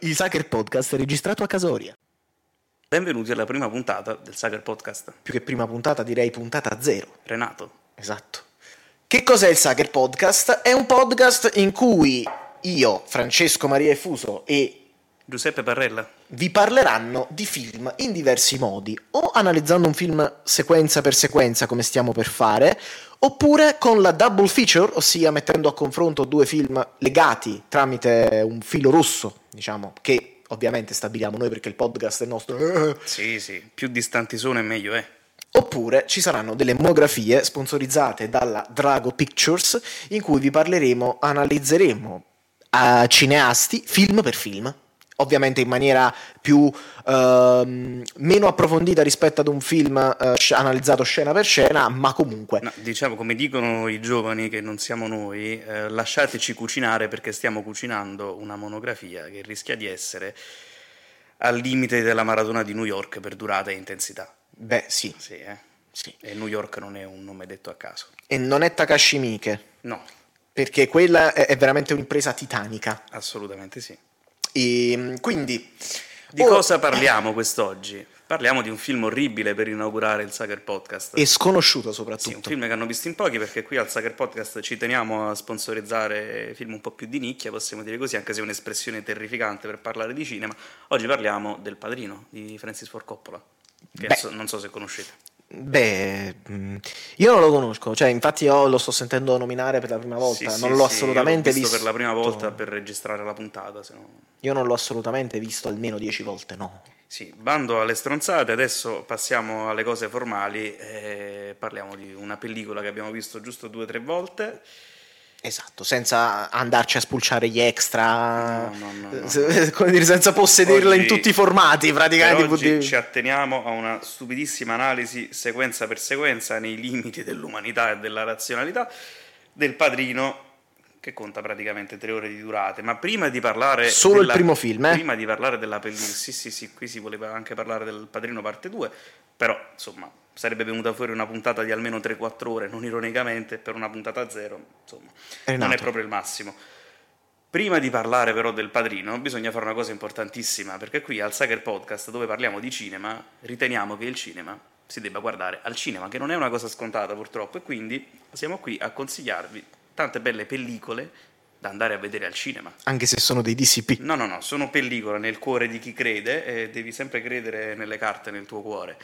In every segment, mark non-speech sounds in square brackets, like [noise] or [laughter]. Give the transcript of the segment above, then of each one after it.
Il Sacker Podcast è registrato a Casoria. Benvenuti alla prima puntata del Sager Podcast. Più che prima puntata, direi puntata zero. Renato, Esatto. Che cos'è il Sacker Podcast? È un podcast in cui io, Francesco Maria Efuso e Giuseppe Barrella, vi parleranno di film in diversi modi, o analizzando un film sequenza per sequenza come stiamo per fare, oppure con la double feature, ossia mettendo a confronto due film legati tramite un filo rosso, diciamo, che ovviamente stabiliamo noi perché il podcast è nostro. [laughs] Sì, sì, più distanti sono e meglio eh. è. Oppure ci saranno delle monografie sponsorizzate dalla Drago Pictures in cui vi parleremo, analizzeremo a cineasti film per film. Ovviamente in maniera più ehm, meno approfondita rispetto ad un film eh, sc- analizzato scena per scena, ma comunque No, diciamo, come dicono i giovani che non siamo noi, eh, lasciateci cucinare perché stiamo cucinando una monografia che rischia di essere al limite della maratona di New York per durata e intensità. beh, sì, Sì, eh. sì. E New York non è un nome detto a caso. E non è Takashi Miike, No, perché quella è, è veramente un'impresa titanica. assolutamente sì. E, quindi Di Oh, cosa parliamo quest'oggi? Parliamo di un film orribile per inaugurare il Sager Podcast. è sconosciuto Sì, un soprattutto. film che hanno visto in pochi perché qui al Sacker Podcast ci teniamo a sponsorizzare film un po' più di nicchia, possiamo dire così, anche se è un'espressione terrificante per parlare di cinema. Oggi parliamo del Padrino di Francis Ford Coppola, che Beh. so- non so se conoscete. Beh, mh, io non lo conosco, cioè infatti io lo sto sentendo nominare per la prima volta, Sì, non sì, l'ho sì, assolutamente io l'ho visto, visto. per la prima volta per registrare la puntata, se no- Io non l'ho assolutamente visto almeno dieci volte, no. Sì, bando alle stronzate, adesso passiamo alle cose formali e parliamo di una pellicola che abbiamo visto giusto due o tre volte. Esatto, senza andarci a spulciare gli extra, No, no, no, no. Ah, se- [laughs] come dire, senza possederla in Oggi- tutti i formati praticamente. Per oggi quindi- ci atteniamo a una stupidissima analisi sequenza per sequenza nei limiti dell'umanità e della razionalità del padrino che conta praticamente tre ore di durate. Ma prima di parlare Solo il primo film, eh? prima di parlare della pellicola, sì, sì, sì, qui si voleva anche parlare del padrino parte 2, però insomma sarebbe venuta fuori una puntata di almeno 3-4 ore, non ironicamente, per una puntata zero, insomma, non Renato. è proprio il massimo. Prima di parlare però del padrino, bisogna fare una cosa importantissima, perché qui al Sager Podcast, dove parliamo di cinema, riteniamo che il cinema si debba guardare al cinema, che non è una cosa scontata purtroppo, e quindi siamo qui a consigliarvi tante belle pellicole da andare a vedere al cinema. Anche se sono dei DCP. No, no, no, sono pellicola nel cuore di chi crede e devi sempre credere nelle carte nel tuo cuore.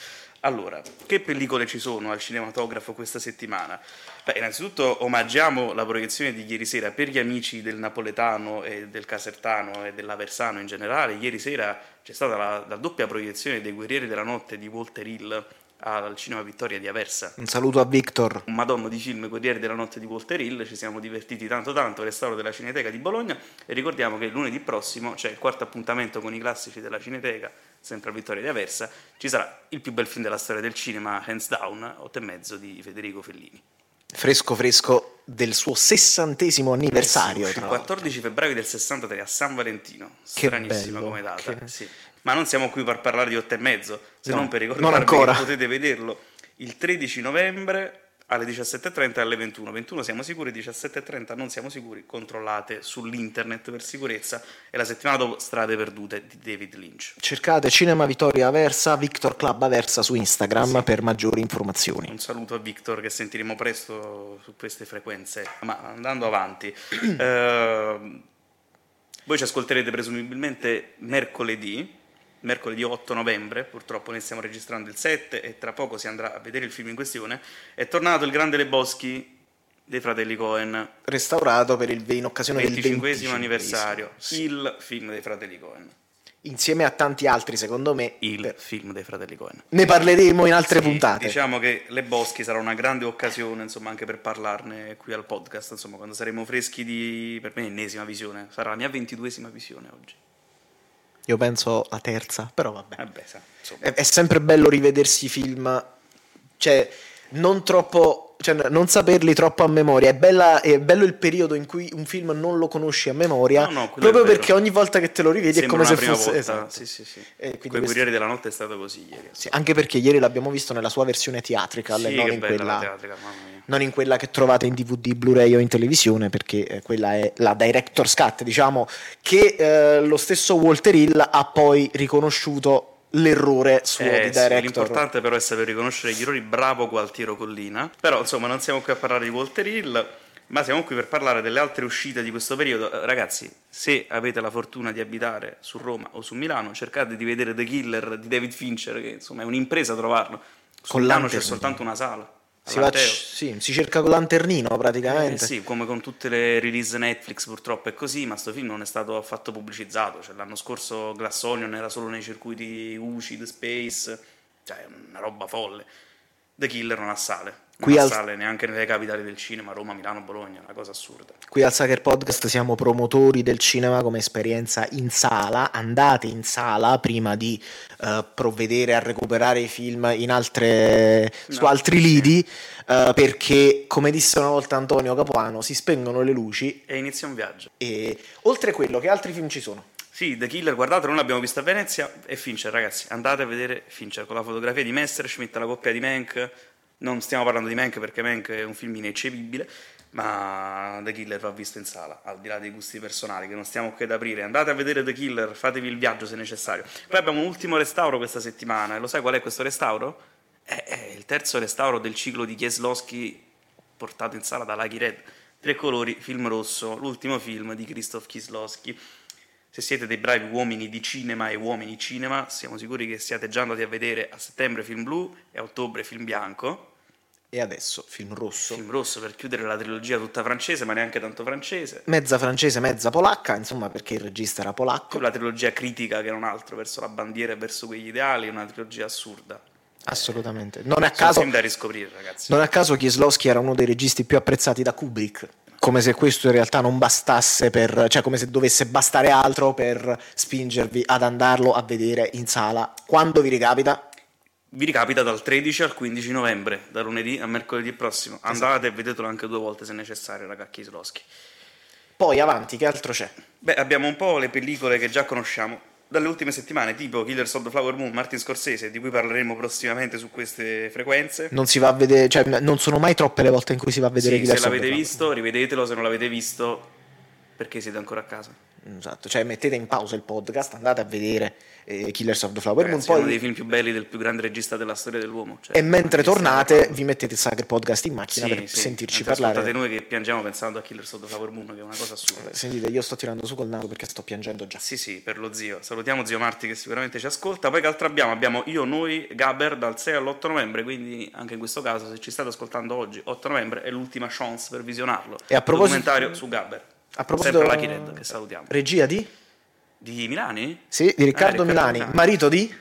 Allora, che pellicole ci sono al cinematografo questa settimana? Beh, innanzitutto omaggiamo la proiezione di ieri sera per gli amici del napoletano e del casertano e dell'aversano in generale. Ieri sera c'è stata la, la doppia proiezione dei Guerrieri della Notte di Walter Hill al Cinema Vittoria di Aversa Un saluto a Victor. un madonna di film Guerrieri della notte di Walter Hill, ci siamo divertiti tanto tanto al restauro della Cineteca di Bologna e ricordiamo che lunedì prossimo c'è il quarto appuntamento con i classici della Cineteca, sempre a Vittoria di Aversa, ci sarà il più bel film della storia del cinema, hands down, 8 e mezzo di Federico Fellini. Fresco fresco del suo sessantesimo anniversario. il tra l'altro. 14 febbraio del 63 a San Valentino, Che stranissima bello, come data, che- sì. ma non siamo qui per parlare di 8 e mezzo, se No, non per non ricordarvi ancora. che potete vederlo il 13 novembre alle 17.30 e alle 21. 21 siamo sicuri, 17.30 non siamo sicuri, controllate sull'internet per sicurezza e la settimana dopo Strade Perdute di David Lynch. Cercate Cinema Vittoria Aversa, Victor Club Aversa su Instagram Sì. per maggiori informazioni. Un saluto a Victor che sentiremo presto su queste frequenze. Ma andando avanti, [clears throat] ehm, voi ci ascolterete presumibilmente mercoledì, mercoledì 8 novembre, purtroppo noi stiamo registrando il 7 e tra poco si andrà a vedere il film in questione. È tornato il Grande Le Boschi dei fratelli Cohen, Restaurato per il, in occasione del 25 25 anniversario, il film dei fratelli Cohen. Insieme a tanti altri, secondo me. Il per- film dei fratelli Cohen. Ne parleremo in altre Sì, puntate. Diciamo che Le Boschi sarà una grande occasione, insomma, anche per parlarne qui al podcast, insomma, quando saremo freschi di per me ennesima visione, sarà la mia ventiduesima visione oggi. Io penso la terza, però vabbè. Vabbè, Eh, sa, insomma. È, è sempre bello rivedersi i film, cioè non troppo. cioè, non saperli troppo a memoria. È, bella, è bello il periodo in cui un film non lo conosci a memoria, No, no, quello è proprio vero. perché ogni volta che te lo rivedi Sembra è come una se prima fosse... volta. esatto. Sì, sì, sì. E Coi quindi questo- Guerrieri della Notte è stato così ieri. sì, anche perché ieri l'abbiamo visto nella sua versione theatrical e Sì, non che in bella la quella... teatrica, mamma mia. non in quella che trovate in DVD, Blu-ray o in televisione, perché eh, quella è la director's cut, diciamo, che eh, lo stesso Walter Hill ha poi riconosciuto l'errore suo Eh, di sì, director. l'importante però è saper riconoscere gli errori. Bravo Gualtiero Collina. Però insomma non siamo qui a parlare di Walter Hill, ma siamo qui per parlare delle altre uscite di questo periodo. Eh, Ragazzi, se avete la fortuna di abitare su Roma o su Milano, cercate di vedere The Killer di David Fincher, che insomma è un'impresa trovarlo. Su Con Milano c'è Lantern. soltanto una sala. Si, va- all'Anteo. sì, si cerca con lanternino Eh praticamente. sì, come con tutte le release Netflix purtroppo è così, ma sto film non è stato affatto pubblicizzato, cioè, l'anno scorso Glass Onion era solo nei circuiti UCI, The Space, cioè è una roba folle. The Killer non ha sale, non Qui ha al- sale neanche nelle capitali del cinema, Roma, Milano, Bologna, una cosa assurda. Qui al Sacker Podcast siamo promotori del cinema come esperienza in sala. Andate in sala prima di eh, provvedere a recuperare i film in altre- su No, altri sì. lidi, eh, perché, come disse una volta Antonio Capuano, si spengono le luci E inizia un viaggio. E oltre quello, che altri film ci sono? Sì, The Killer, guardate, non l'abbiamo vista a Venezia, e Fincher, ragazzi, andate a vedere Fincher con la fotografia di Messerschmitt, la coppia di Mank, non stiamo parlando di Mank perché Mank è un film ineccepibile, ma The Killer va visto in sala, al di là dei gusti personali che non stiamo qui ad aprire, andate a vedere The Killer, fatevi il viaggio se necessario. Poi abbiamo un ultimo restauro questa settimana, e lo sai qual è questo restauro? È, è il terzo restauro del ciclo di Kieslowski portato in sala da Lucky Red. Tre colori, film rosso, l'ultimo film di Krzysztof Kieslowski. Se siete dei bravi uomini di cinema e uomini cinema, siamo sicuri che siate già andati a vedere a settembre film blu e a ottobre film bianco. E adesso, film rosso. Film rosso per chiudere la trilogia tutta francese, ma neanche tanto francese. Mezza francese, mezza polacca, insomma, perché il regista era polacco. Con la trilogia critica che non altro verso la bandiera e verso quegli ideali, una trilogia assurda. Assolutamente. Non a Sono caso, film da riscoprire, ragazzi. non a caso Kieslowski era uno dei registi più apprezzati da Kubrick. Come se questo in realtà non bastasse per, cioè come se dovesse bastare altro per spingervi ad andarlo a vedere in sala quando vi ricapita. Vi ricapita dal 13 al 15 novembre, da lunedì a mercoledì prossimo. Andate e vedetelo anche due volte se necessario, ragazzi Kieslowski. Poi avanti, che altro c'è? Beh, abbiamo un po' le pellicole che già conosciamo dalle ultime settimane, tipo Killers of the Flower Moon, Martin Scorsese, di cui parleremo prossimamente su queste frequenze. Non si va a vedere, cioè non sono mai troppe le volte in cui si va a vedere Sì, chi se da sopra. l'avete visto, rivedetelo, se non l'avete visto, perché siete ancora a casa. Esatto, cioè mettete in pausa il podcast, andate a vedere eh, Killers of the Flower Moon, Ragazzi, è uno poi dei film più belli del più grande regista della storia dell'uomo. cioè, e mentre anche se- tornate vi mettete il Sager Podcast in Sì, macchina per sì, sentirci mentre parlare. Ascoltate noi che piangiamo pensando a Killers of the Flower Moon, che è una cosa assurda. Sentite, io sto tirando su col naso perché sto piangendo già. Sì, sì, per lo zio. Salutiamo zio Marti che sicuramente ci ascolta. Poi che altro abbiamo? Abbiamo io, noi, Gaber dal 6 all'8 novembre, quindi anche in questo caso se ci state ascoltando oggi, 8 novembre è l'ultima chance per visionarlo. E a proposito- documentario su Gaber. A proposito Sempre la Chired che salutiamo. Regia di? Di Milani? Eh, Sì, di Riccardo Riccardo Milani, Milani. marito di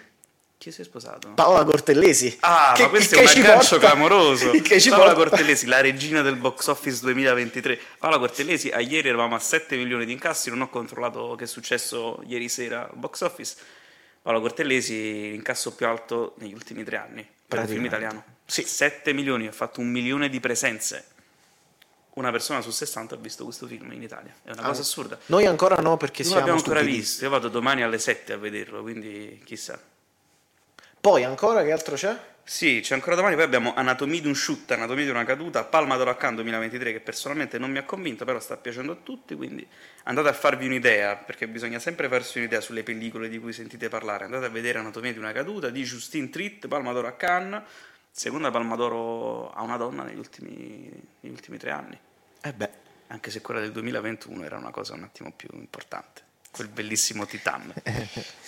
Chi si è sposato? Paola Cortellesi. Ah, Che- ma questo che è un ci aggancio porta- [laughs] clamoroso. che ci Paola porta- Cortellesi, la regina del box office 2023. Paola Cortellesi, a ieri eravamo a 7 milioni di incassi, non ho controllato che è successo ieri sera al box office. Paola Cortellesi, l'incasso più alto negli ultimi tre anni per un film Praticamente. italiano. Sì. 7 milioni, ha fatto un milione di presenze. Una persona su 60 ha visto questo film in Italia. È una Ah. cosa assurda. Noi ancora no perché Non siamo l'abbiamo ancora stupidi. visto. Io vado domani alle 7 a vederlo, quindi chissà. Poi ancora che altro c'è? Sì, c'è ancora domani, poi abbiamo Anatomia di un shoot, Anatomia di una caduta, Palma d'Oraccan 2023 che personalmente non mi ha convinto, però sta piacendo a tutti, quindi andate a farvi un'idea, perché bisogna sempre farsi un'idea sulle pellicole di cui sentite parlare, andate a vedere Anatomia di una caduta di Justine Tritt, Palma d'Oro a Cannes, seconda Palma d'Oro a una donna negli ultimi, negli ultimi tre anni, Eh beh, anche se quella del 2021 era una cosa un attimo più importante. Quel [laughs] bellissimo Titan.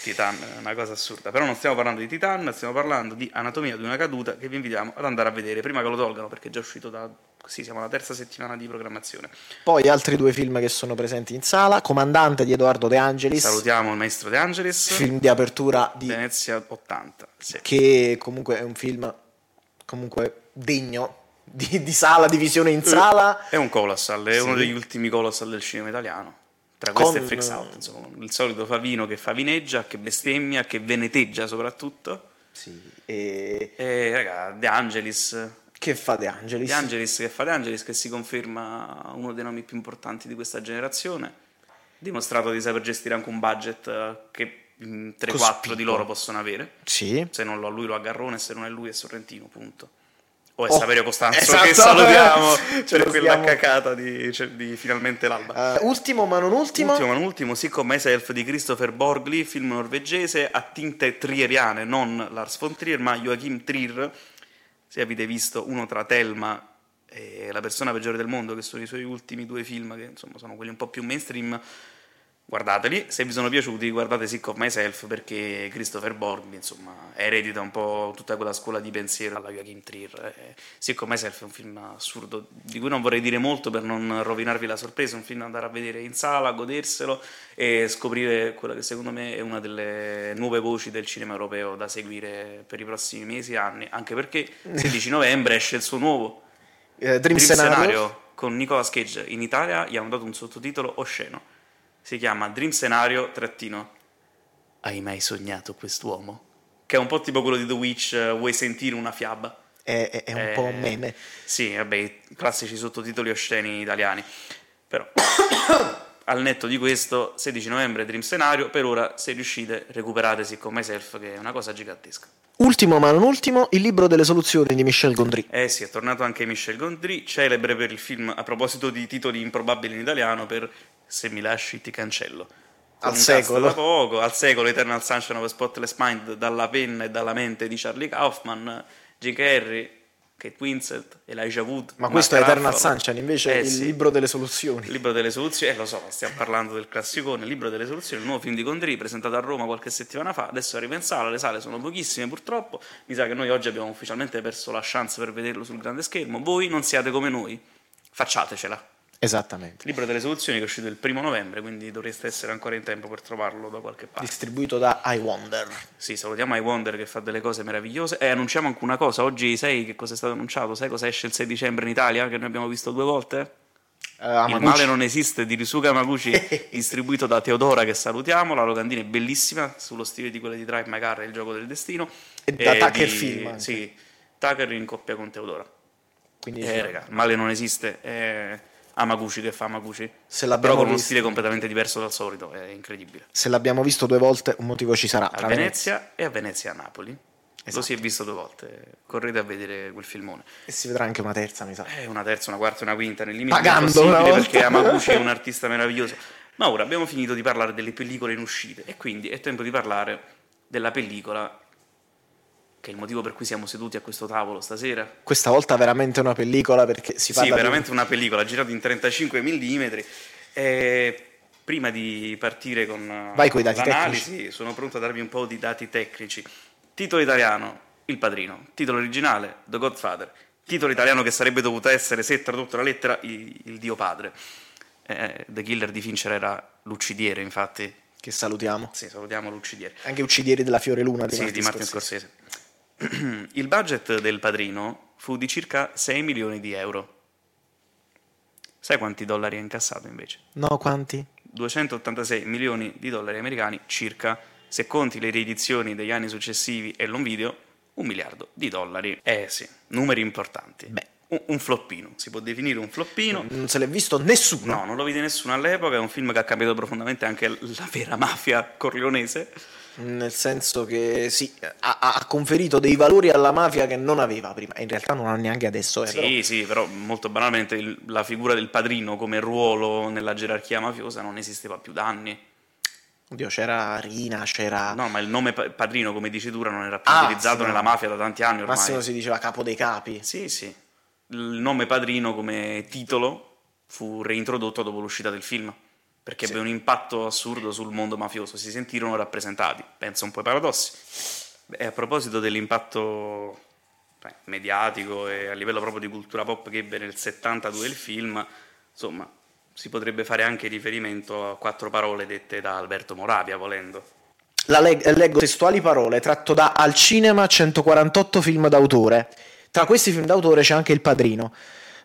Titan è una cosa assurda. Però non stiamo parlando di Titan, stiamo parlando di Anatomia di una caduta che vi invitiamo ad andare a vedere prima che lo tolgano perché è già uscito da... Sì, siamo alla terza settimana di programmazione. poi altri due film che sono presenti in sala, Comandante di Edoardo De Angelis, Salutiamo il maestro De Angelis. film di apertura di Venezia 80. Sì. che comunque è un film comunque degno di, di sala, di visione Eh. in sala. È un colossal, è Sì. uno degli ultimi colossal del cinema italiano. Tra questi Con- e Freaks Out, insomma, il solito Favino che favineggia, che bestemmia, che veneteggia soprattutto. Sì, e E raga, De Angelis. che Che fa De Angelis? De Angelis che fa De Angelis, che si conferma uno dei nomi più importanti di questa generazione, ha dimostrato di saper gestire anche un budget eh, che 3-4 Cospicuo. di loro possono avere. Sì. Se non lo ha lui, lo ha Garrone, se non è lui, è Sorrentino, punto. O è Oh, Saverio Costanzo, esatto. che salutiamo [laughs] Ce per lo quella stiamo- cacata di, cioè, di Finalmente l'alba. Eh, ultimo ma non ultimo. eh, Ultimo, ma non ultimo, sì, con Myself di Christopher Borgli, film norvegese a tinte trieriane, non Lars von Trier, ma Joachim Trier. Se avete visto uno tra Telma e La persona peggiore del mondo, che sono i suoi ultimi due film, che insomma sono quelli un po' più mainstream, guardateli. Se vi sono piaciuti, guardate Sick of Myself, perché Christopher Borgli, insomma, eredita un po' tutta quella scuola di pensiero alla Joachim Trier. Eh, Sick of Myself è un film assurdo, di cui non vorrei dire molto per non rovinarvi la sorpresa, è un film da andare a vedere in sala, goderselo e scoprire quella che secondo me è una delle nuove voci del cinema europeo da seguire per i prossimi mesi e anni, anche perché il 16 novembre esce il suo nuovo Eh, Dream, Dream Scenario. Scenario con Nicolas Cage. In Italia gli hanno dato un sottotitolo osceno. Si chiama Dream Scenario trattino. Hai mai sognato quest'uomo? Che è un po' tipo quello di The Witch, eh, vuoi sentire una fiaba? È, è- è un Eh, po' un meme. Sì, vabbè, i classici sottotitoli osceni italiani. Però, [coughs] al netto di questo, 16 novembre Dream Scenario, per ora, se riuscite, recuperate siccome Myself, che è una cosa gigantesca. Ultimo ma non ultimo, il libro delle soluzioni di Michel Gondry. Eh sì, è tornato anche Michel Gondry, celebre per il film, a proposito di titoli improbabili in italiano, per Se mi lasci ti cancello. Al Un cast secolo. Da poco, al secolo Eternal Sunshine of a Spotless Mind, dalla penna e dalla mente di Charlie Kaufman, Jim Carrey, Kate Winslet, Elijah Wood. Ma Mark questo è Eternal Ruffalo. Sunshine, invece Eh il sì. libro delle soluzioni. Il libro delle soluzioni, eh lo so, stiamo parlando del classicone, il libro delle soluzioni, il nuovo film di Gondry presentato a Roma qualche settimana fa, adesso arriva in sala, le sale sono pochissime purtroppo, mi sa che noi oggi abbiamo ufficialmente perso la chance per vederlo sul grande schermo, voi non siate come noi, facciatecela. Esattamente. Il libro delle soluzioni che è uscito il primo novembre, quindi dovreste essere ancora in tempo per trovarlo da qualche parte. Distribuito da I Wonder. Eh, Sì, salutiamo I Wonder che fa delle cose meravigliose. E annunciamo anche una cosa, oggi sai che cosa è stato annunciato? Sai cosa esce il 6 dicembre in Italia, che noi abbiamo visto due volte? Eh, Il Amaguchi. male Ah, non esiste di [laughs] Risuga Maguchi, distribuito da Teodora che salutiamo. La locandina è bellissima, sullo stile di quella di Drive My Car, il gioco del destino. Eh, E da Tucker di- Film anche. Sì, Tucker in coppia con Teodora. Quindi, diciamo- Eh, raga, il male non esiste. È Amaguchi che fa Amaguchi. se, Però l'abbiamo con uno visto, stile completamente diverso dal solito, è incredibile. se l'abbiamo visto due volte, un motivo ci sarà. A Tra Venezia e a Venezia a Napoli. Esatto. Lo si è visto due volte. Correte a vedere quel filmone. E si vedrà anche una terza, mi sa. Eh, una terza, una quarta, una quinta, nel limite Pagando del possibile, una volta. perché Amaguchi è un artista meraviglioso. Ma ora abbiamo finito di parlare delle pellicole in uscita e quindi è tempo di parlare della pellicola che è il motivo per cui siamo seduti a questo tavolo stasera. Questa volta veramente una pellicola perché si Sì, parla di- veramente una pellicola girata in 35 mm. E prima di partire con eh, Vai coi dati l'analisi, sono pronto a darvi un po' di dati tecnici. Titolo italiano, Il Padrino. Titolo originale, The Godfather. Titolo italiano che sarebbe dovuto essere, se tradotto la lettera, Il, il Dio Padre. Eh, The Killer di Fincher era l'uccidiere, infatti. che salutiamo. Sì, salutiamo l'uccidiere. Anche Uccidieri della Fiore Luna di Sì, Martin di Martin Scorsese. Scorsese. [clears throat] Il budget del padrino fu di circa 6 milioni di euro. Sai quanti dollari ha incassato invece? No, quanti? 286 milioni di dollari americani, circa, se conti le riedizioni degli anni successivi e l'on video, un miliardo di dollari. Eh sì, numeri importanti. Beh. Un, un floppino, si può definire un floppino. Non se l'è visto nessuno. No, non lo vide nessuno all'epoca, è un film che ha cambiato profondamente anche la vera mafia corleonese. Nel senso che sì, ha, ha- ha conferito dei valori alla mafia che non aveva prima. In realtà non ha neanche adesso. eh, Sì, però. sì, però molto banalmente il- la figura del padrino come ruolo nella gerarchia mafiosa non esisteva più da anni. Oddio, c'era Rina, c'era. No, ma il nome pa- padrino come dicitura non era più Ah, utilizzato sì, no. nella mafia da tanti anni ormai. Massimo si diceva capo dei capi. Sì, sì. Il nome padrino come titolo fu reintrodotto dopo l'uscita del film perché Sì. ebbe un impatto assurdo sul mondo mafioso, si sentirono rappresentati, penso un po' ai paradossi. E a proposito dell'impatto beh, mediatico e a livello proprio di cultura pop che ebbe nel 72 il film, insomma, si potrebbe fare anche riferimento a quattro parole dette da Alberto Moravia, volendo. La leg- leggo testuali parole, tratto da Al cinema 148 film d'autore. Tra questi film d'autore c'è anche Il Padrino.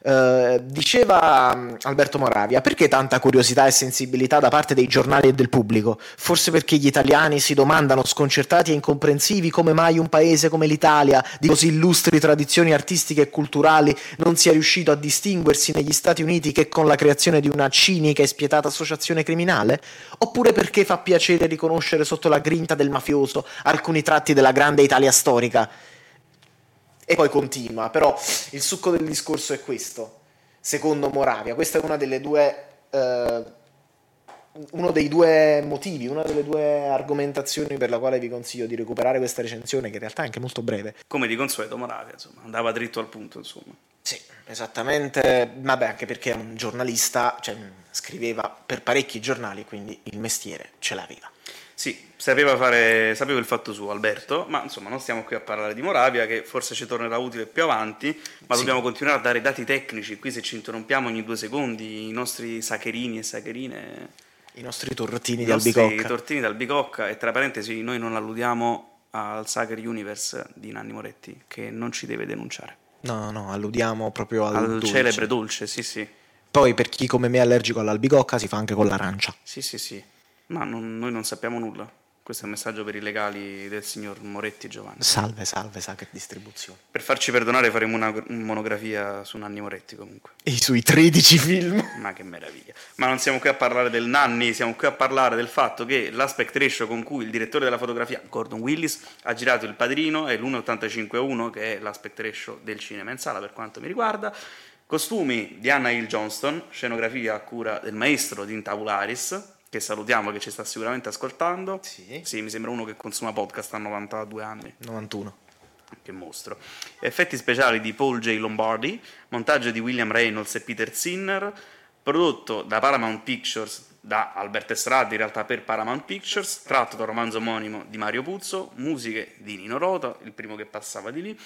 Eh, diceva mm, Alberto Moravia, perché tanta curiosità e sensibilità da parte dei giornali e del pubblico? Forse perché gli italiani si domandano, sconcertati e incomprensivi, come mai un paese come l'Italia, di così illustri tradizioni artistiche e culturali, non sia riuscito a distinguersi negli Stati Uniti che con la creazione di una cinica e spietata associazione criminale? Oppure perché fa piacere riconoscere sotto la grinta del mafioso alcuni tratti della grande Italia storica? E poi continua, però il succo del discorso è questo, secondo Moravia. Questa è una delle due... eh, uno dei due motivi, una delle due argomentazioni per la quale vi consiglio di recuperare questa recensione, che in realtà è anche molto breve. Come di consueto Moravia, insomma, andava dritto al punto, insomma. Sì, esattamente. Vabbè, anche perché è un giornalista, cioè, scriveva per parecchi giornali, quindi il mestiere ce l'aveva. Sì, sapeva fare, sapeva il fatto suo Alberto, ma insomma non stiamo qui a parlare di Moravia, che forse ci tornerà utile più avanti, ma Sì. dobbiamo continuare a dare dati tecnici, qui se ci interrompiamo ogni due secondi i nostri sacherini e sacherine, I nostri tortini i di nostri albicocca. tortini d'albicocca, e tra parentesi noi non alludiamo al Sacher Universe di Nanni Moretti, che non ci deve denunciare, no, no, alludiamo proprio al, al dolce. celebre dolce, sì sì, Poi per chi come me è allergico all'albicocca si fa anche con l'arancia. sì sì sì, ma non- noi non sappiamo nulla, questo è un messaggio per i legali del signor Moretti Giovanni. Salve, salve, sa che distribuzione. Per farci perdonare faremo una una monografia su Nanni Moretti comunque. E i suoi 13 film. Ma che meraviglia. Ma non siamo qui a parlare del Nanni, siamo qui a parlare del fatto che l'aspect ratio con cui il direttore della fotografia, Gordon Willis, ha girato Il Padrino è l'1,85-1, che è l'aspect ratio del cinema in sala per quanto mi riguarda. Costumi di Anna Hill Johnston, scenografia a cura del maestro Dean Tavularis, che salutiamo che ci sta sicuramente ascoltando. Sì. Sì, mi sembra uno che consuma podcast a 92 anni. 91. Che mostro. Effetti speciali di Paul J. Lombardi, montaggio di William Reynolds e Peter Sinner, prodotto da Paramount Pictures, da Albert Estrada in realtà per Paramount Pictures, tratto dal romanzo omonimo di Mario Puzzo, musiche di Nino Rota, il primo che passava di lì,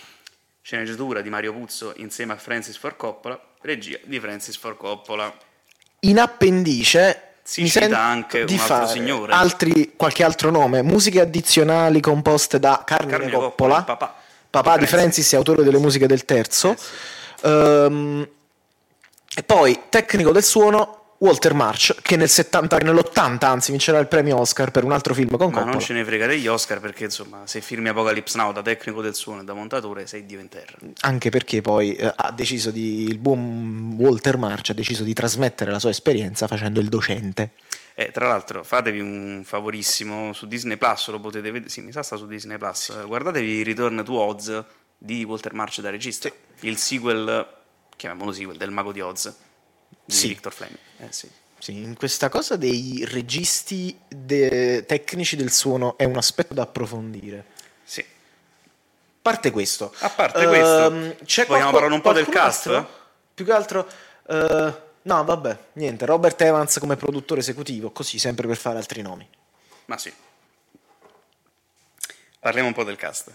sceneggiatura di Mario Puzzo insieme a Francis Ford Coppola, regia di Francis Ford Coppola. In appendice Si mi cita sento anche un di altro fare signore. altri- qualche altro nome, musiche addizionali composte da Carmine, Carmine Coppola, Coppola, papà, papà di Francis. Francis e autore delle musiche del terzo. Eh sì. Ehm, e poi tecnico del suono Walter March, che nel 70, nell'80 anzi vincerà il premio Oscar per un altro film con Ma Coppola. non ce ne frega degli Oscar perché insomma se firmi Apocalypse Now da tecnico del suono e da montatore sei diventerra. Anche perché poi eh, ha deciso di, il buon Walter March ha deciso di trasmettere la sua esperienza facendo il docente. Eh, tra l'altro, fatevi un favorissimo su Disney Plus, lo potete vedere. Sì, mi sa sta su Disney Plus. Eh, Guardatevi Return to Oz di Walter March da regista, il sequel, chiamiamolo sequel, del Mago di Oz di Sì. Victor Fleming. Eh, sì. Sì, in questa cosa dei registi de- tecnici del suono è un aspetto da approfondire. Sì. A parte questo, A parte ehm, questo, c'è qualco- vogliamo parlare un po' del qualcun cast? altro? Più che altro, eh, no, vabbè, niente. Robert Evans come produttore esecutivo, così sempre per fare altri nomi. Ma sì. Parliamo un po' del cast.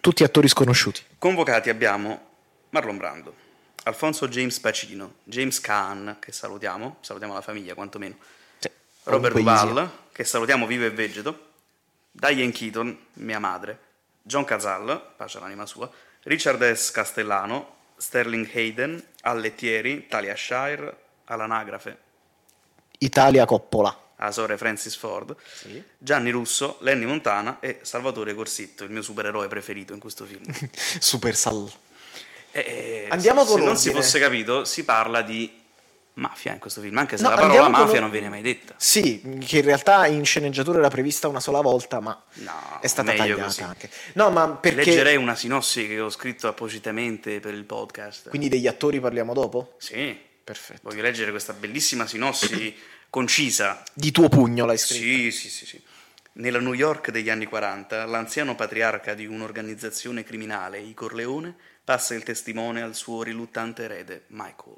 Tutti attori sconosciuti. Convocati abbiamo Marlon Brando, Alfonso James Pacino, James Caan, che salutiamo, salutiamo la famiglia quantomeno, Robert Comunque gli sia. Duval, che salutiamo vivo e vegeto, Diane Keaton, mia madre, John Cazal, pace all'anima sua, Richard S. Castellano, Sterling Hayden, Allettieri, Talia Shire, all'anagrafe Italia Coppola. [laughs] Asore Francis Ford, Gianni Russo, Lenny Montana e Salvatore Corsitto, il mio supereroe preferito in [laughs] questo film. Super Sal. Eh, Andiamo se con non si ordine. fosse capito, si parla di mafia in questo film, anche se No, la parola andiamo con mafia or- non viene mai detta. Sì, che in realtà in sceneggiatura era prevista una sola volta, ma No, è stata meglio tagliata così. anche. No, ma perché... Leggerei una sinossi che ho scritto appositamente per il podcast. Quindi degli attori parliamo dopo? Sì, Perfetto. voglio leggere questa bellissima sinossi concisa. Di tuo pugno l'hai scritto. Sì, sì, sì, sì. Nella New York degli anni 40, l'anziano patriarca di un'organizzazione criminale, i Corleone, passa il testimone al suo riluttante erede, Michael.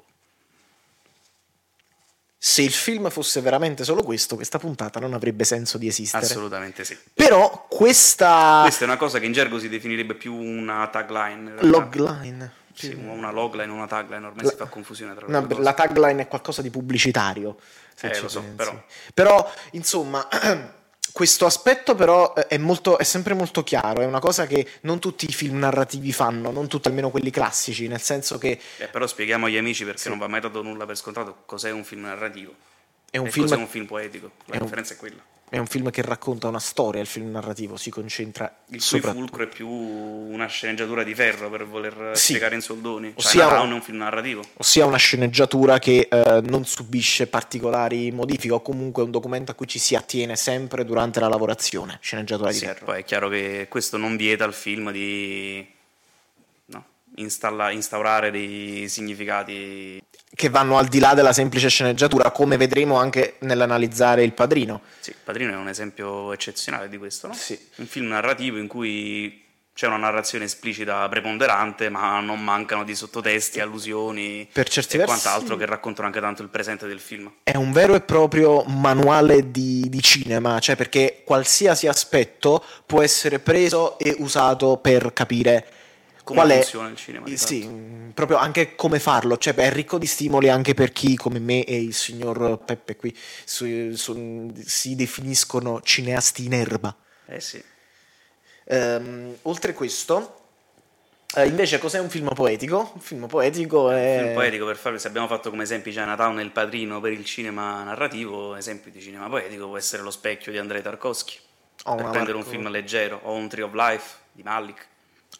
Se il film fosse veramente solo questo, questa puntata non avrebbe senso di esistere. Assolutamente sì. Però questa Questa è una cosa che in gergo si definirebbe più una tagline. in realtà. logline, Sì, sì, una logline e una tagline, ormai si fa confusione tra le una- due cose. la tagline è qualcosa di pubblicitario, se Eh, ci lo so, pensi. però. Però, insomma, [clears throat] Questo aspetto però eh, è, molto, è sempre molto chiaro, è una cosa che non tutti i film narrativi fanno, non tutti almeno quelli classici, nel senso che Eh, però spieghiamo agli amici perché non va mai dato nulla per scontato cos'è un film narrativo. è un e film cos'è Eh, un film poetico. La è un- differenza è quella. È un film che racconta una storia, il film narrativo si concentra Il suo sopra... fulcro è più una sceneggiatura di ferro per voler Sì. spiegare in soldoni. Cioè, Ossia- Down è un film narrativo. ossia una sceneggiatura che eh, non subisce particolari modifiche o comunque è un documento a cui ci si attiene sempre durante la lavorazione, sceneggiatura di Sì, Terra. Poi è chiaro che questo non vieta al film di no, installa- instaurare dei significati. Che vanno al di là della semplice sceneggiatura, come vedremo anche nell'analizzare Il Padrino. Sì, Padrino è un esempio eccezionale di questo, no? Sì. Un film narrativo in cui c'è una narrazione esplicita preponderante, ma non mancano di Eh. sottotesti, allusioni Per certi e versi- quant'altro che raccontano anche tanto il presente del film. È un vero e proprio manuale di, di cinema, cioè perché qualsiasi aspetto può essere preso e usato per capire Come qual è funziona il cinema? di Eh, Sì, fatto. mh, proprio anche come farlo, cioè beh, è ricco di stimoli anche per chi come me e il signor Peppe qui su- su- si definiscono cineasti in erba. Eh sì. Ehm, oltre questo, eh, invece cos'è un film poetico? Un film poetico è... Film poetico per farlo, se abbiamo fatto come esempi Chinatown e il padrino per il cinema narrativo, esempio di cinema poetico può essere Lo specchio di Andrei Tarkovsky, Ho per una, prendere un Marco- film leggero, o un Tree of Life di Malik,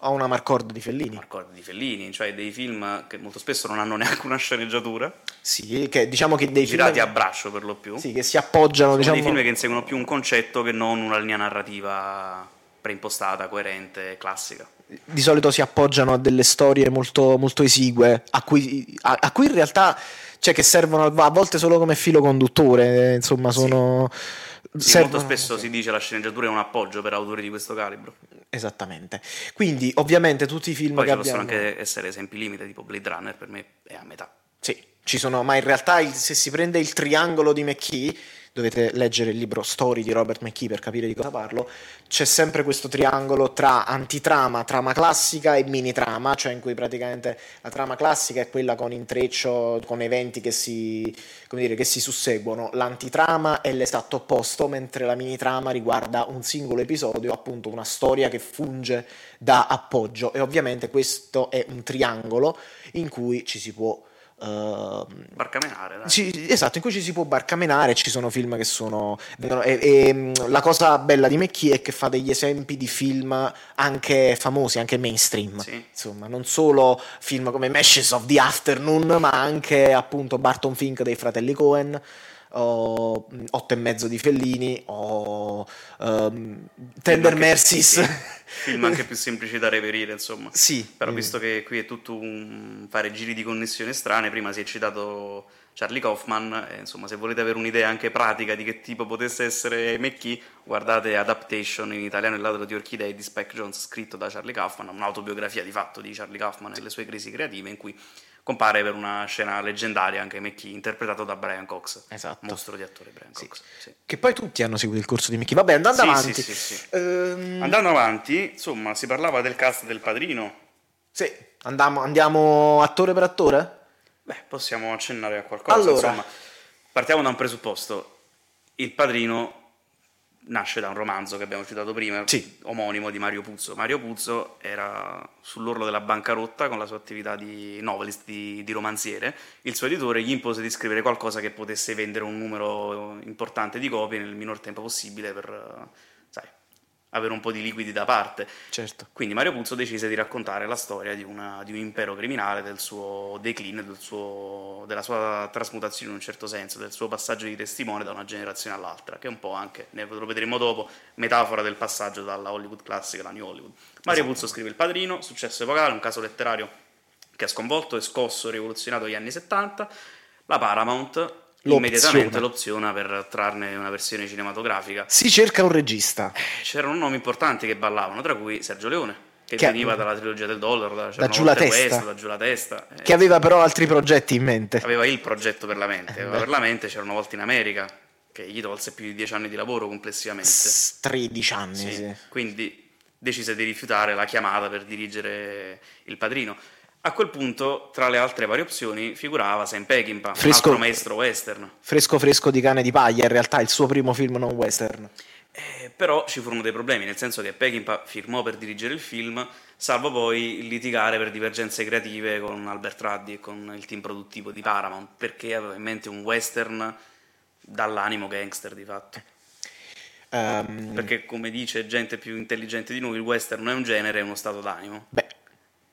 ho una Marcord di Fellini, Marcord di Fellini, cioè dei film che molto spesso non hanno [laughs] neanche una sceneggiatura, sì, che diciamo che dei film... girati a braccio per lo più. Sì, che si appoggiano, Sono diciamo... dei film che inseguono più un concetto che non una linea narrativa preimpostata, coerente, classica. di solito si appoggiano a delle storie molto, molto esigue, a cui, a- a cui in realtà cioè, che servono a a volte solo come filo conduttore, eh, insomma, sono... Sì, servono- molto spesso si dice la sceneggiatura è un appoggio per autori di questo calibro. Esattamente. Quindi, ovviamente, tutti i film Poi che ci abbiamo... possono anche essere esempi limite, tipo Blade Runner per me è a metà. Sì, ci sono, ma in realtà il- se si prende il triangolo di McKee, dovete leggere il libro Story di Robert McKee per capire di cosa parlo, c'è sempre questo triangolo tra antitrama, trama classica e mini trama, cioè in cui praticamente la trama classica è quella con intreccio, con eventi che si, come dire, che si susseguono, l'antitrama è l'esatto opposto, mentre la mini trama riguarda un singolo episodio, appunto una storia che funge da appoggio e ovviamente questo è un triangolo in cui ci si può ehm, Barcamenare, dai. sì, esatto, in cui ci si può barcamenare, ci sono film che sono... vengono- e- e, mh, la cosa bella di McKee è che fa degli esempi di film anche famosi, anche mainstream. Sì. Insomma, non solo film come Meshes of the Afternoon, ma anche appunto Barton Fink dei fratelli Cohen, o mh, Otto e mezzo di Fellini, o ehm, Tender Film anche- Mercies. sì, film anche più semplici da reperire, insomma. [laughs] Sì, Però mm. visto che qui è tutto un fare giri di connessioni strane, prima si è citato Charlie Kaufman, e, insomma se volete avere un'idea anche pratica di che tipo potesse essere McKee, guardate Adaptation in italiano Il ladro di orchidee di Spike Jones, scritto da Charlie Kaufman, un'autobiografia di fatto di Charlie Kaufman e le sue crisi creative, in cui compare per una scena leggendaria anche McKee, interpretato da Brian Cox, Esatto. mostro di attore Brian Sì. Cox. sì. Che poi tutti hanno seguito il corso di McKee. Vabbè, andando Sì, avanti. sì, sì, sì. Ehm, Andando avanti, insomma, si parlava del cast del padrino. Sì, andiamo, andiamo attore per attore? Beh, possiamo accennare a qualcosa. Allora. Insomma, partiamo da un presupposto. Il padrino nasce da un romanzo che abbiamo citato prima, Sì. omonimo di Mario Puzzo. Mario Puzzo era sull'orlo della bancarotta con la sua attività di novelist, di, di romanziere. Il suo editore gli impose di scrivere qualcosa che potesse vendere un numero importante di copie nel minor tempo possibile per, eh, sai, avere un po' di liquidi da parte. Certo. Quindi Mario Puzzo decise di raccontare la storia di, una- di un impero criminale, del suo declino, del suo- della sua trasmutazione in un certo senso, del suo passaggio di testimone da una generazione all'altra, che è un po' anche, ne lo vedremo dopo, metafora del passaggio dalla Hollywood classica alla New Hollywood. Mario Puzzo scrive Il Padrino, successo epocale, un caso letterario che ha sconvolto e scosso, rivoluzionato gli anni 70, la Paramount Lo immediatamente opziona. lo opziona per trarne una versione cinematografica Si cerca un regista. c'erano nomi importanti che ballavano, tra cui Sergio Leone, che, Che- veniva dalla trilogia del dollaro, da, c'erano Giù la Volte Testa. Questo, da Giù la Testa, eh, Che aveva però altri progetti in mente. aveva il progetto per la mente, Eh, aveva beh. per la mente c'era una volta in America, che gli tolse più di dieci anni di lavoro complessivamente, S- 13 anni, Sì. sì. quindi decise di rifiutare la chiamata per dirigere Il Padrino. A quel punto, tra le altre varie opzioni, figurava Sam Peckinpah, un Fresco- altro maestro western. Fresco fresco di cane di paglia, in realtà il suo primo film non western. Eh, però ci furono dei problemi, nel senso che Peckinpah firmò per dirigere il film, salvo poi litigare per divergenze creative con Albert Ruddy e con il team produttivo di Paramount, perché aveva in mente un western dall'animo gangster di fatto. Eh, Ehm, Perché come dice gente più intelligente di noi, il western non è un genere, è uno stato d'animo. beh,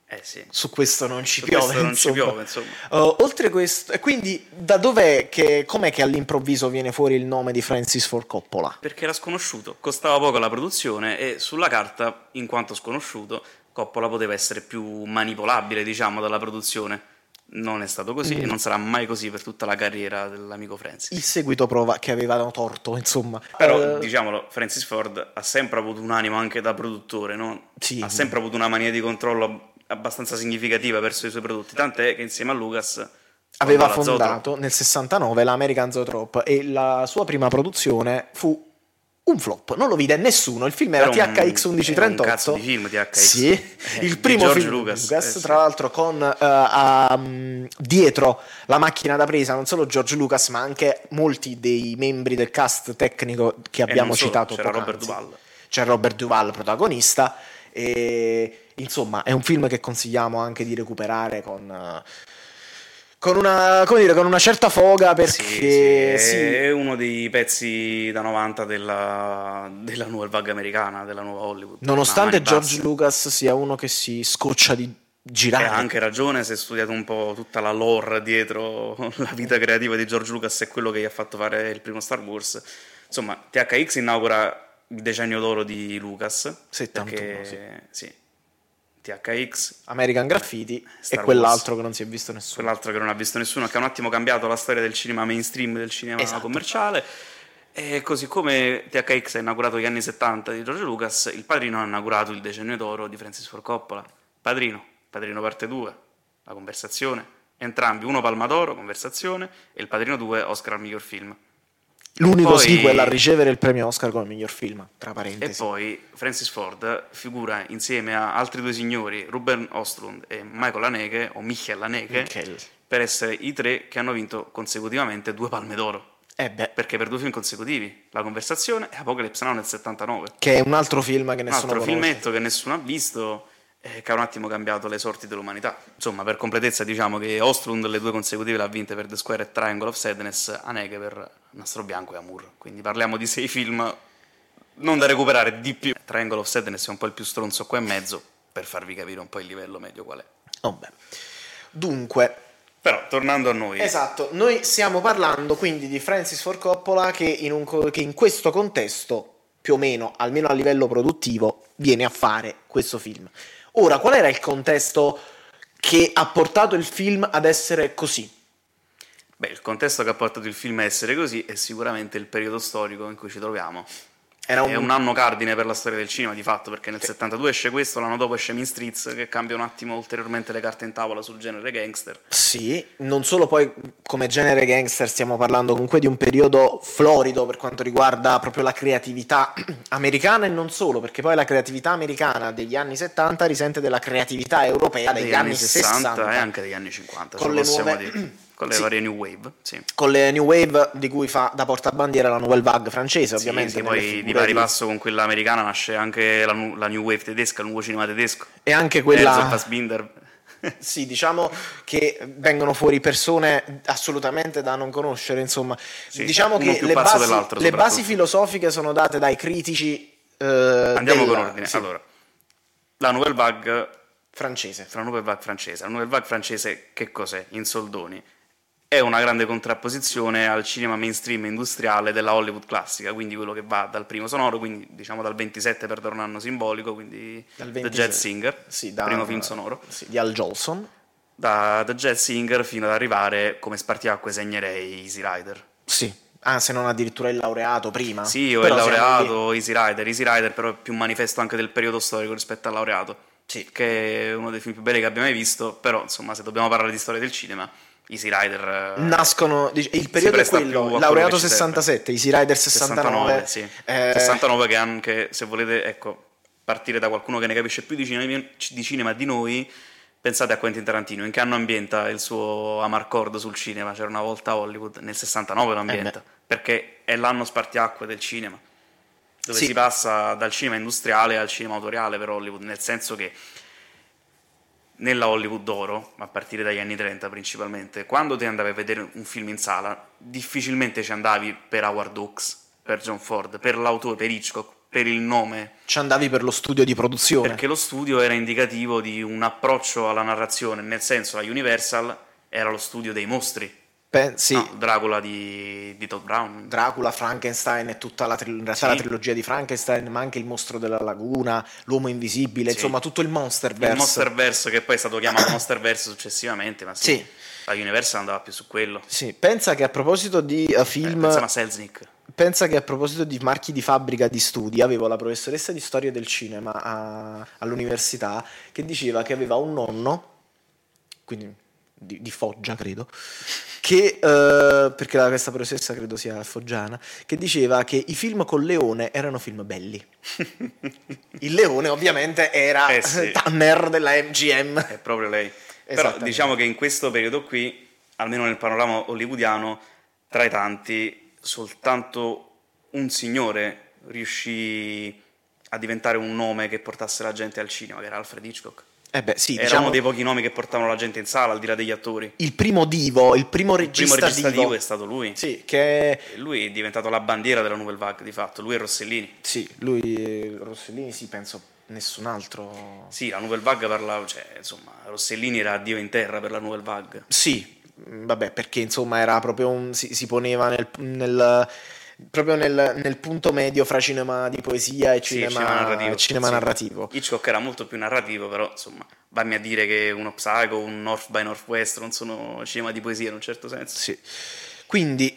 Eh sì. su questo non ci Su piove. questo non ci insomma. piove, insomma. Oh, oltre questo, e quindi da dov'è che, com'è che all'improvviso viene fuori il nome di Francis Ford Coppola? Perché era sconosciuto, costava poco la produzione e sulla carta, in quanto sconosciuto, Coppola poteva essere più manipolabile, diciamo, dalla produzione. Non è stato così e non sarà mai così per tutta la carriera dell'amico Francis. Mm. Il seguito prova che avevano torto, insomma. Però, Eh, diciamolo, Francis Ford ha sempre avuto un animo anche da produttore, no? Sì. Ha sempre avuto una mania di controllo ab- abbastanza significativa verso i suoi prodotti, tant'è che insieme a Lucas aveva fondò la Zoetrope. fondato nel 69 l'American Zoetrope e la sua prima produzione fu un flop, non lo vide nessuno, il film era, Era un- era un THX1138. cazzo di film, THX. Sì, Eh, il di primo George film di Lucas, eh, sì. tra l'altro con eh, a- mh, dietro la macchina da presa non solo George Lucas, ma anche molti dei membri del cast tecnico che E abbiamo Eh, non solo, citato C'era poc'anzi. Robert Duvall. C'è Robert Duvall protagonista e insomma, è un film che consigliamo anche di recuperare con eh, con una, come dire, con una certa foga Sì, perché sì, sì, è uno dei pezzi da 90 della, della nuova vaga americana, della nuova Hollywood. nonostante Ma mani George basse. Lucas sia uno che si scoccia di girare, E ha anche ragione se studiate un po' tutta la lore dietro [laughs] la vita creativa di George Lucas e quello che gli ha fatto fare il primo Star Wars. Insomma, THX inaugura il decennio d'oro di Lucas. 71, perché- sì. THX, American Graffiti Star e Wars. quell'altro che non si è visto nessuno. quell'altro che non ha visto nessuno, che ha un attimo cambiato la storia del cinema mainstream, del cinema Esatto. commerciale. E così come THX ha inaugurato gli anni 70 di George Lucas, il padrino ha inaugurato il decennio d'oro di Francis Ford Coppola. Padrino, Padrino parte 2, la conversazione. Entrambi, uno Palma d'Oro, conversazione, e il Padrino 2, Oscar al miglior film. L'unico poi- sequel a ricevere il premio Oscar come miglior film, tra E parentesi. poi Francis Ford figura insieme a altri due signori, Ruben Ostrund e Michael Haneke, o Michel Haneke, Michel. per essere i tre che hanno vinto consecutivamente due palme d'oro. Eh beh, Perché per due film consecutivi, La conversazione e Apocalypse Now nel 79. che è un altro film che Un nessuno altro conosce. filmetto che nessuno ha visto e che ha un attimo cambiato le sorti dell'umanità. Insomma, per completezza diciamo che Ostrund le due consecutive le ha vinte per The Square e Triangle of Sadness, Haneke per Nastro Bianco e Amour. Quindi parliamo di sei film non da recuperare di più. Triangle of Sadness è un po' il più stronzo qua in mezzo, per farvi capire un po' il livello medio qual è. Vabbè. Dunque, Però, tornando a noi... Esatto, noi stiamo parlando quindi di Francis Ford Coppola che in, un co- che in questo contesto, più o meno, almeno a livello produttivo, viene a fare questo film. Ora, qual era il contesto che ha portato il film ad essere così? Beh, il contesto che ha portato il film a essere così è sicuramente il periodo storico in cui ci troviamo. Era È un anno cardine per la storia del cinema, di fatto, perché nel 72 esce questo, l'anno dopo esce Mean Streets, che cambia un attimo ulteriormente le carte in tavola sul genere gangster. Sì, non solo poi come genere gangster stiamo parlando comunque di un periodo florido per quanto riguarda proprio la creatività [clears throat] americana e non solo, perché poi la creatività americana degli anni 70 risente della creatività europea Ah, degli, Degli eh, anni, 60, e anche degli anni 50, Con se le possiamo nuove- dire. [clears throat] Con le Sì. varie new wave, sì. con le New Wave di cui fa da portabandiera la Nouvelle Vague francese, Sì, ovviamente. sì, nelle poi figure di pari di- passo con quella americana nasce anche la, nu- la new wave tedesca, il nuovo cinema tedesco. E anche quella... Herzog, Fassbinder. [laughs] Sì, diciamo che vengono fuori persone assolutamente da non conoscere, insomma. Sì, diciamo uno che più le pazzo basi, dell'altro, le basi soprattutto. filosofiche sono date dai critici eh, Andiamo della- con ordine. sì, Allora, la nouvelle vague, francese. la nouvelle vague francese. La nouvelle vague francese che cos'è? In soldoni. È una grande contrapposizione al cinema mainstream industriale della Hollywood classica, quindi quello che va dal primo sonoro, quindi diciamo dal 27 per dare un anno simbolico, quindi Dal The 26. Jazz Singer, Sì, da- primo film sonoro, sì, di Al Jolson. da The Jazz Singer fino ad arrivare come spartiacque segnerei Easy Rider. Sì. Ah, se non addirittura il laureato prima. Sì, o è Però siamo lì. laureato, Easy Rider, Easy Rider però è più un manifesto anche del periodo storico rispetto al laureato, Sì. che è uno dei film più belli che abbiamo mai visto, però insomma se dobbiamo parlare di storia del cinema, Easy Rider... eh, Nascono, dice- il periodo è presta più a quello, quello laureato che ci serve. 67, Easy Rider 69. 69, sì. eh, 69 che anche, se volete, ecco, partire da qualcuno che ne capisce più di cinema di, cinema di noi, pensate a Quentin Tarantino, in che anno ambienta il suo Amarcord sul cinema? C'era una Eh volta a Hollywood, nel 69 lo ambienta, beh. perché è l'anno spartiacque del cinema. dove Sì. si passa dal cinema industriale al cinema autoriale per Hollywood, nel senso che nella Hollywood d'oro, a partire dagli anni 30 principalmente, quando te andavi a vedere un film in sala, difficilmente ci andavi per Howard Hawks, per John Ford, per l'autore, per Hitchcock, per il nome, Ci andavi per lo studio di produzione. perché lo studio era indicativo di un approccio alla narrazione, nel senso la Universal era lo studio dei mostri, Pe- sì, no, Dracula di, di Todd Brown, Dracula, Frankenstein e tutta la, tril- in realtà Sì. la trilogia di Frankenstein, ma anche il mostro della laguna, l'uomo invisibile, Sì. insomma tutto il monsterverse. il Monsterverse che poi è [coughs] stato chiamato Monsterverse successivamente, ma sì, Sì. la Universal andava più su quello. Sì, pensa che a proposito di eh, Eh, film, pensiamo [laughs] a Selznick. pensa che a proposito di marchi di fabbrica di studi, avevo la professoressa di storia del cinema a- all'università che diceva che aveva un nonno, quindi di, di Foggia credo, che, eh, perché la- questa professoressa credo sia foggiana, che diceva che i film col leone erano film belli. Il leone ovviamente era [laughs] Eh, sì. Tanner della MGM. È proprio lei. Però Esattamente. diciamo che in questo periodo qui, almeno nel panorama hollywoodiano, tra i tanti, soltanto un signore riuscì a diventare un nome che portasse la gente al cinema, che era Alfred Hitchcock. Eh beh, sì, era diciamo uno dei pochi nomi che portavano la gente in sala, al di là degli attori. il primo divo, il primo Il primo regista, registrativo divo. è stato lui. Sì, che E Lui è diventato la bandiera della Nouvelle Vague, di fatto. Lui e Rossellini. sì, lui Rossellini, sì, penso nessun altro. Sì, la Nouvelle Vague parlava, cioè, insomma, Rossellini era Dio in terra per la Nouvelle Vague. Sì, mh, vabbè, perché insomma era proprio un si, si poneva nel, nel- proprio nel, nel punto medio fra cinema di poesia e Sì, cinema, cinema narrativo. cinema Sì. narrativo. Hitchcock era molto più narrativo, però insomma, vammi a dire che uno Psycho, un North by Northwest non sono cinema di poesia in un certo senso. Sì. Quindi [clears throat]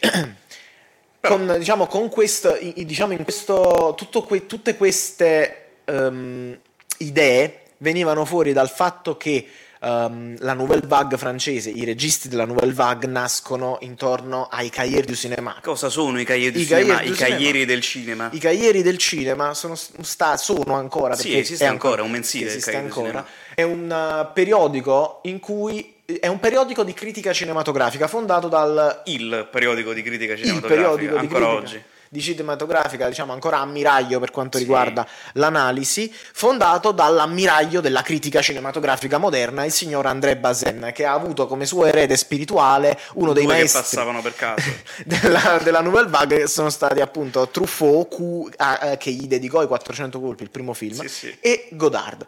con, diciamo, con questo, i- i- diciamo in questo, tutto que- tutte queste ehm, idee venivano fuori dal fatto che ehm, la Nouvelle Vague francese, i registi della Nouvelle Vague nascono intorno ai cahiers du cinéma. Cosa sono i cahiers du I cinema? cahiers du I cinema. cahieri del cinema? I cahieri del cinema sono, sta- sono ancora Sì, perché esiste è ancora, un mensile, il esiste Cahiers du ancora. È un eh, periodico in cui è un periodico di critica cinematografica fondato dal Il periodico di critica il cinematografica, periodico di ancora critica oggi. di cinematografica, diciamo ancora ammiraglio per quanto Sì. riguarda l'analisi, fondato dall'ammiraglio della critica cinematografica moderna, il signor André Bazin, che ha avuto come suo erede spirituale uno dei Due che maestri passavano per caso. [laughs] della, della Nouvelle Vague, che sono stati appunto Truffaut, Q- a- eh, che gli dedicò i 400 colpi, il primo film, Sì, sì. e Godard.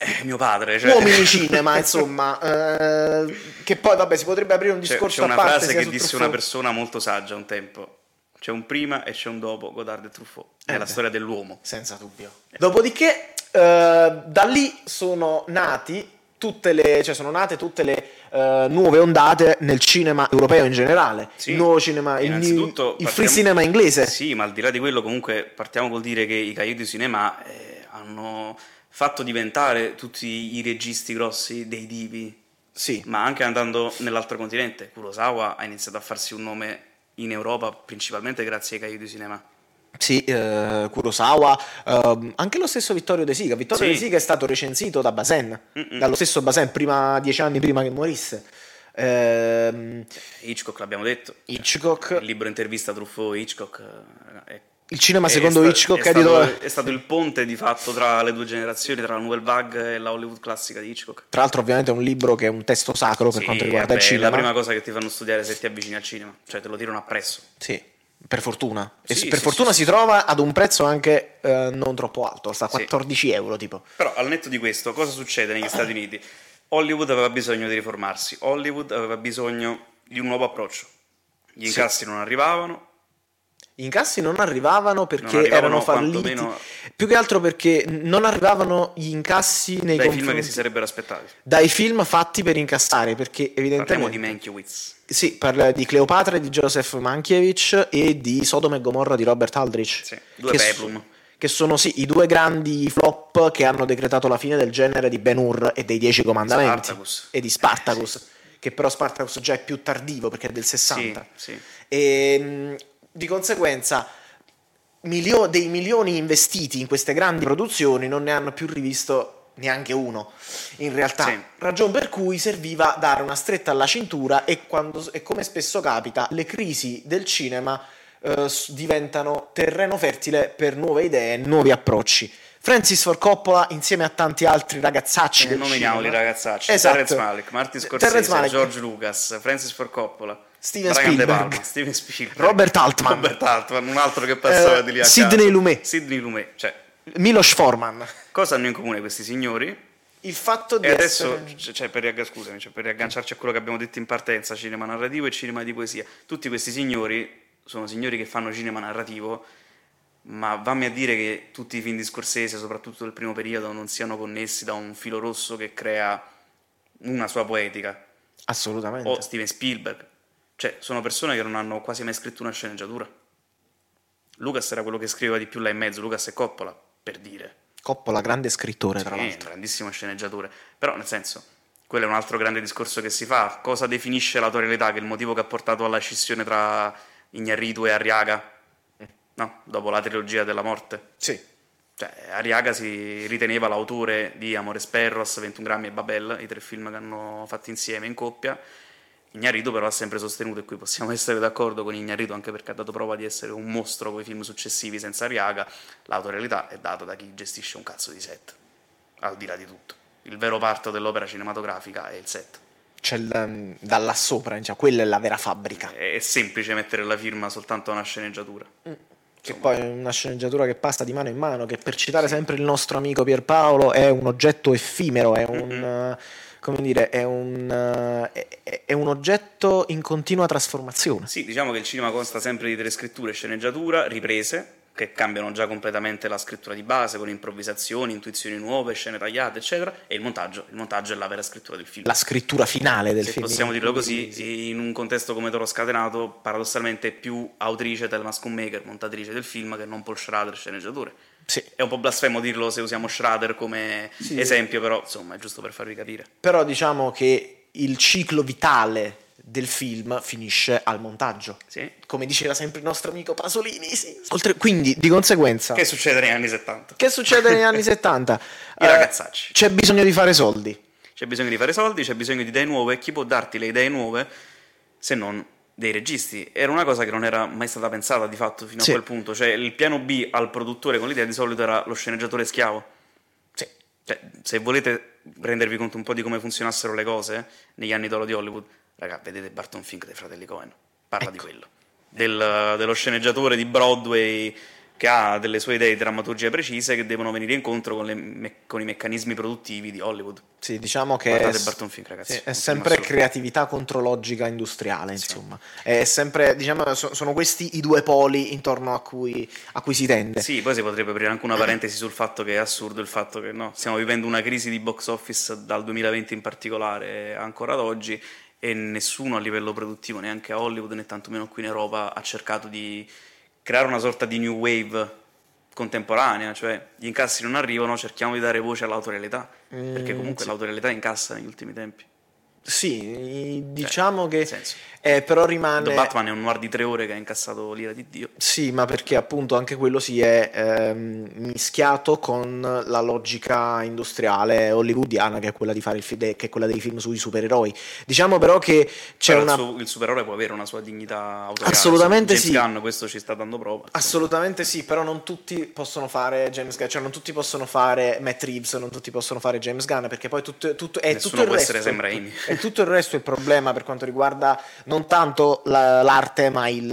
Eh, mio padre, cioè... [laughs] Uomini cinema, insomma, eh, che poi vabbè si potrebbe aprire un C'è, discorso Cioè, c'è una a parte. frase sia che su disse Truffaut- una persona molto saggia un tempo. C'è un prima e c'è un dopo Godard e Truffaut. È Eh la beh. storia dell'uomo. Senza dubbio. Dopodiché, eh, da lì sono nati tutte le, cioè sono nate tutte le eh, nuove ondate nel cinema europeo in generale. Sì. Il nuovo cinema, il, new- Innanzitutto il partiamo- free cinema inglese. Sì, ma al di là di quello, comunque, partiamo col dire che i Cahiers du Cinema eh, hanno fatto diventare tutti i registi grossi dei divi, Sì. ma anche andando nell'altro continente. Kurosawa ha iniziato a farsi un nome in Europa principalmente grazie ai Cahiers du Cinema. Sì, eh, Kurosawa, ehm, anche lo stesso Vittorio De Sica. Vittorio Sì. De Sica è stato recensito da Basen, Mm-mm. dallo stesso Basen, prima, dieci anni prima che morisse. Ehm, Hitchcock, l'abbiamo detto. Hitchcock, Il libro intervista Truffaut e Hitchcock eh, è il cinema È secondo sta- Hitchcock è è di dove- stato, è stato il ponte di fatto tra le due generazioni, tra la Nouvelle Vague e la Hollywood classica di Hitchcock. Tra l'altro, ovviamente, è un libro che è un testo sacro per Sì, quanto riguarda vabbè, il È cinema. la prima cosa che ti fanno studiare se ti avvicini al cinema, cioè te lo tirano appresso. Sì, per fortuna. E Sì, s- per sì, fortuna sì, si trova ad un prezzo anche eh, non troppo alto, sta a Sì. 14 euro tipo. Però al netto di questo, cosa succede negli Stati Uniti? Hollywood aveva bisogno di riformarsi, Hollywood aveva bisogno di un nuovo approccio. Gli Sì. incassi non arrivavano, Gli incassi non arrivavano perché Non arrivavano erano falliti. quantomeno- Più che altro perché non arrivavano gli incassi nei dai film confronti- che si sarebbero aspettati. dai film fatti per incassare, perché Parliamo evidentemente... di Mankiewicz. Sì, parla di Cleopatra di Joseph Mankiewicz e di Sodoma e Gomorra di Robert Aldrich. Sì, due che so- peplum. che sono sì i due grandi flop che hanno decretato la fine del genere di Ben Hur e dei Dieci Comandamenti Spartacus. e di Spartacus, che però Spartacus già è più tardivo perché è del 60. Sì, sì. E mh, Ehm, di conseguenza milio- dei milioni investiti in queste grandi produzioni non ne hanno più rivisto neanche uno in realtà Sì. ragion per cui serviva dare una stretta alla cintura e, quando- e come spesso capita le crisi del cinema eh, s- diventano terreno fertile per nuove idee, nuovi approcci. Francis Ford Coppola insieme a tanti altri ragazzacci Eh, del nominiamoli cinema, ragazzacci Esatto. Terrence Malick, Martin Scorsese, Terrence Malick. George Lucas, Francis Ford Coppola Steven Brian De Spielberg. Palma, Steven Spielberg Robert Altman. Robert Altman, un altro che passava Eh, di lì a Sidney caso. Lumet. Sidney Lumet cioè, Milos Forman. cosa hanno in comune questi signori? Il fatto di E adesso, essere... c- cioè, per, riagga- scusami, cioè, per riagganciarci a quello che abbiamo detto in partenza, cinema narrativo e cinema di poesia, tutti questi signori sono signori che fanno cinema narrativo, ma vammi a dire che tutti i film di Scorsese, soprattutto del primo periodo, non siano connessi da un filo rosso che crea una sua poetica. Assolutamente. O Steven Spielberg. Cioè, sono persone che non hanno quasi mai scritto una sceneggiatura. Lucas era quello che scriveva di più là in mezzo, Lucas e Coppola, per dire. Coppola, grande scrittore, tra Sì, l'altro. grandissimo sceneggiatore. Però, nel senso, quello è un altro grande discorso che si fa. Cosa definisce la tua realtà? Che è il motivo che ha portato alla scissione tra Ignarritu e Arriaga? Eh. No, dopo la trilogia della morte. Sì. Cioè, Arriaga si riteneva l'autore di Amores Perros, 21 grammi e Babel, i tre film che hanno fatto insieme in coppia. Ignarito però ha sempre sostenuto, e qui possiamo [laughs] essere d'accordo con Ignarito anche perché ha dato prova di essere un mostro con i film successivi senza Arriaga, l'autorealità è data da chi gestisce un cazzo di set, al di là di tutto. Il vero parto dell'opera cinematografica è il set. C'è il, um, da là sopra, cioè, quella è la vera fabbrica. È è semplice mettere la firma soltanto a una sceneggiatura. Che poi è una sceneggiatura che passa di mano in mano, che per citare sempre il nostro amico Pierpaolo è un oggetto effimero, è un, eh, come dire, è un, eh, è- è- è un oggetto in continua trasformazione. Sì, diciamo che il cinema consta sempre di tre scritture, sceneggiatura, riprese, che cambiano già completamente la scrittura di base, con improvvisazioni, intuizioni nuove, scene tagliate, eccetera, e il montaggio. Il montaggio è la vera scrittura del film. La scrittura finale del Se film. possiamo dirlo così, Sì. in un contesto come Toro Scatenato, paradossalmente è più autrice Telma Sconmaker, montatrice del film, che non Paul Schrader, sceneggiatore. Sì. È un po' blasfemo dirlo se usiamo Schrader come Sì. esempio, però insomma è giusto per farvi capire. Però diciamo che il ciclo vitale del film finisce al montaggio. Sì? Come diceva sempre il nostro amico Pasolini. sì. Oltre- quindi, di conseguenza, Che succede negli anni 70? Ah. che succede negli anni [laughs] 70? [laughs] I Eh, ragazzacci. C'è bisogno di fare soldi. C'è bisogno di fare soldi, c'è bisogno di idee nuove. Chi può darti le idee nuove se non dei registi? Era una cosa che non era mai stata pensata di fatto fino Sì. a quel punto. Cioè, il piano B al produttore con l'idea di solito era lo sceneggiatore schiavo. Sì. Cioè, se volete rendervi conto un po' di come funzionassero le cose eh, negli anni d'oro di Hollywood, raga, vedete Barton Fink dei fratelli Cohen. Parla di quello. Del- dello sceneggiatore di Broadway che ha delle sue idee di drammaturgia precise che devono venire incontro con, le me- con i meccanismi produttivi di Hollywood. Sì, diciamo che Guardate è, Barton Fink, ragazzi. sì, è Un film sempre assurdo. creatività contro logica industriale, insomma. È sempre, diciamo, so- sono questi i due poli intorno a cui, a cui si tende. Sì, poi si potrebbe aprire anche una parentesi sul fatto che è assurdo il fatto che no, stiamo vivendo una crisi di box office dal 2020 in particolare, ancora ad oggi, e nessuno a livello produttivo, neanche a Hollywood né tantomeno qui in Europa, ha cercato di creare una sorta di new wave contemporanea, cioè gli incassi non arrivano, cerchiamo di dare voce all'autorealità, Mm, perché comunque sì. l'autorealità incassa negli ultimi tempi. Cioè, Sì, diciamo Nel che senso, eh, però The rimane... Batman è un noir di tre ore che ha incassato l'ira di Dio. Sì, ma perché appunto anche quello si è ehm, mischiato con la logica industriale hollywoodiana, che è quella di fare il fi- de- che è quella dei film sui supereroi. Diciamo però che c'è Però una... il, suo- il supereroe può avere una sua dignità autoreale. Assolutamente James sì. Gunn, questo ci sta dando prova. Assolutamente sì, però non tutti possono fare James Gunn, cioè non tutti possono fare Matt Reeves, non tutti possono fare James Gunn, perché poi tutto, tutto, è, Nessuno tutto il può essere resto, Sam Raimi. è tutto il resto il problema per quanto riguarda non tanto la- l'arte ma il,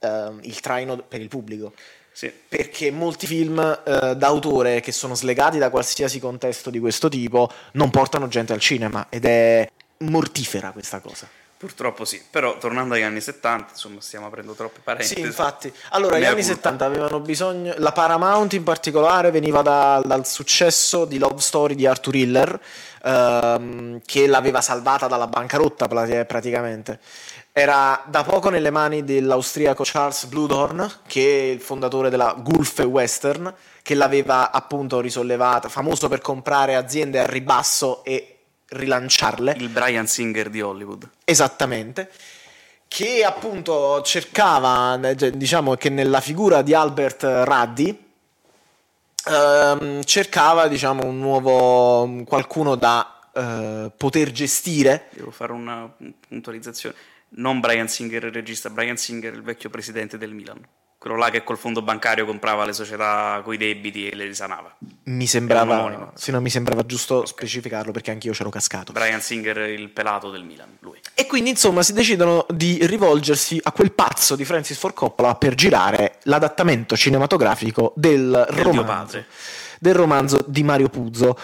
ehm, il traino per il pubblico. Sì. Perché molti film eh, d'autore che sono slegati da qualsiasi contesto di questo tipo non portano gente al cinema ed è mortifera questa cosa. Purtroppo sì, però tornando agli anni 70, insomma, stiamo aprendo troppe parentesi. Sì, infatti. Allora, gli Mea anni culpa. 70 avevano bisogno. La Paramount in particolare veniva da- dal successo di Love Story di Arthur Hiller, ehm, che l'aveva salvata dalla bancarotta pla- eh, praticamente. Era da poco nelle mani dell'austriaco Charles Bludorn, che è il fondatore della Gulf Western, che l'aveva appunto risollevata, famoso per comprare aziende al ribasso e rilanciarle. Il Brian Singer di Hollywood. Esattamente. Che appunto cercava, eh, cioè, diciamo che nella figura di Albert Raddi ehm, cercava, diciamo, un nuovo un qualcuno da eh, poter gestire. Devo fare una puntualizzazione. non Brian Singer il regista, Brian Singer il vecchio presidente del Milan. Quello là che col fondo bancario comprava le società coi debiti e le risanava. Mi Era un sembrava, omonimo. sì, no, mi sembrava giusto specificarlo perché anch'io c'ero cascato. Brian Singer il pelato del Milan, lui. E quindi, insomma, si decidono di rivolgersi a quel pazzo di Francis Ford Coppola per girare l'adattamento cinematografico del, Del mio romanzo, padre. del romanzo di Mario Puzzo,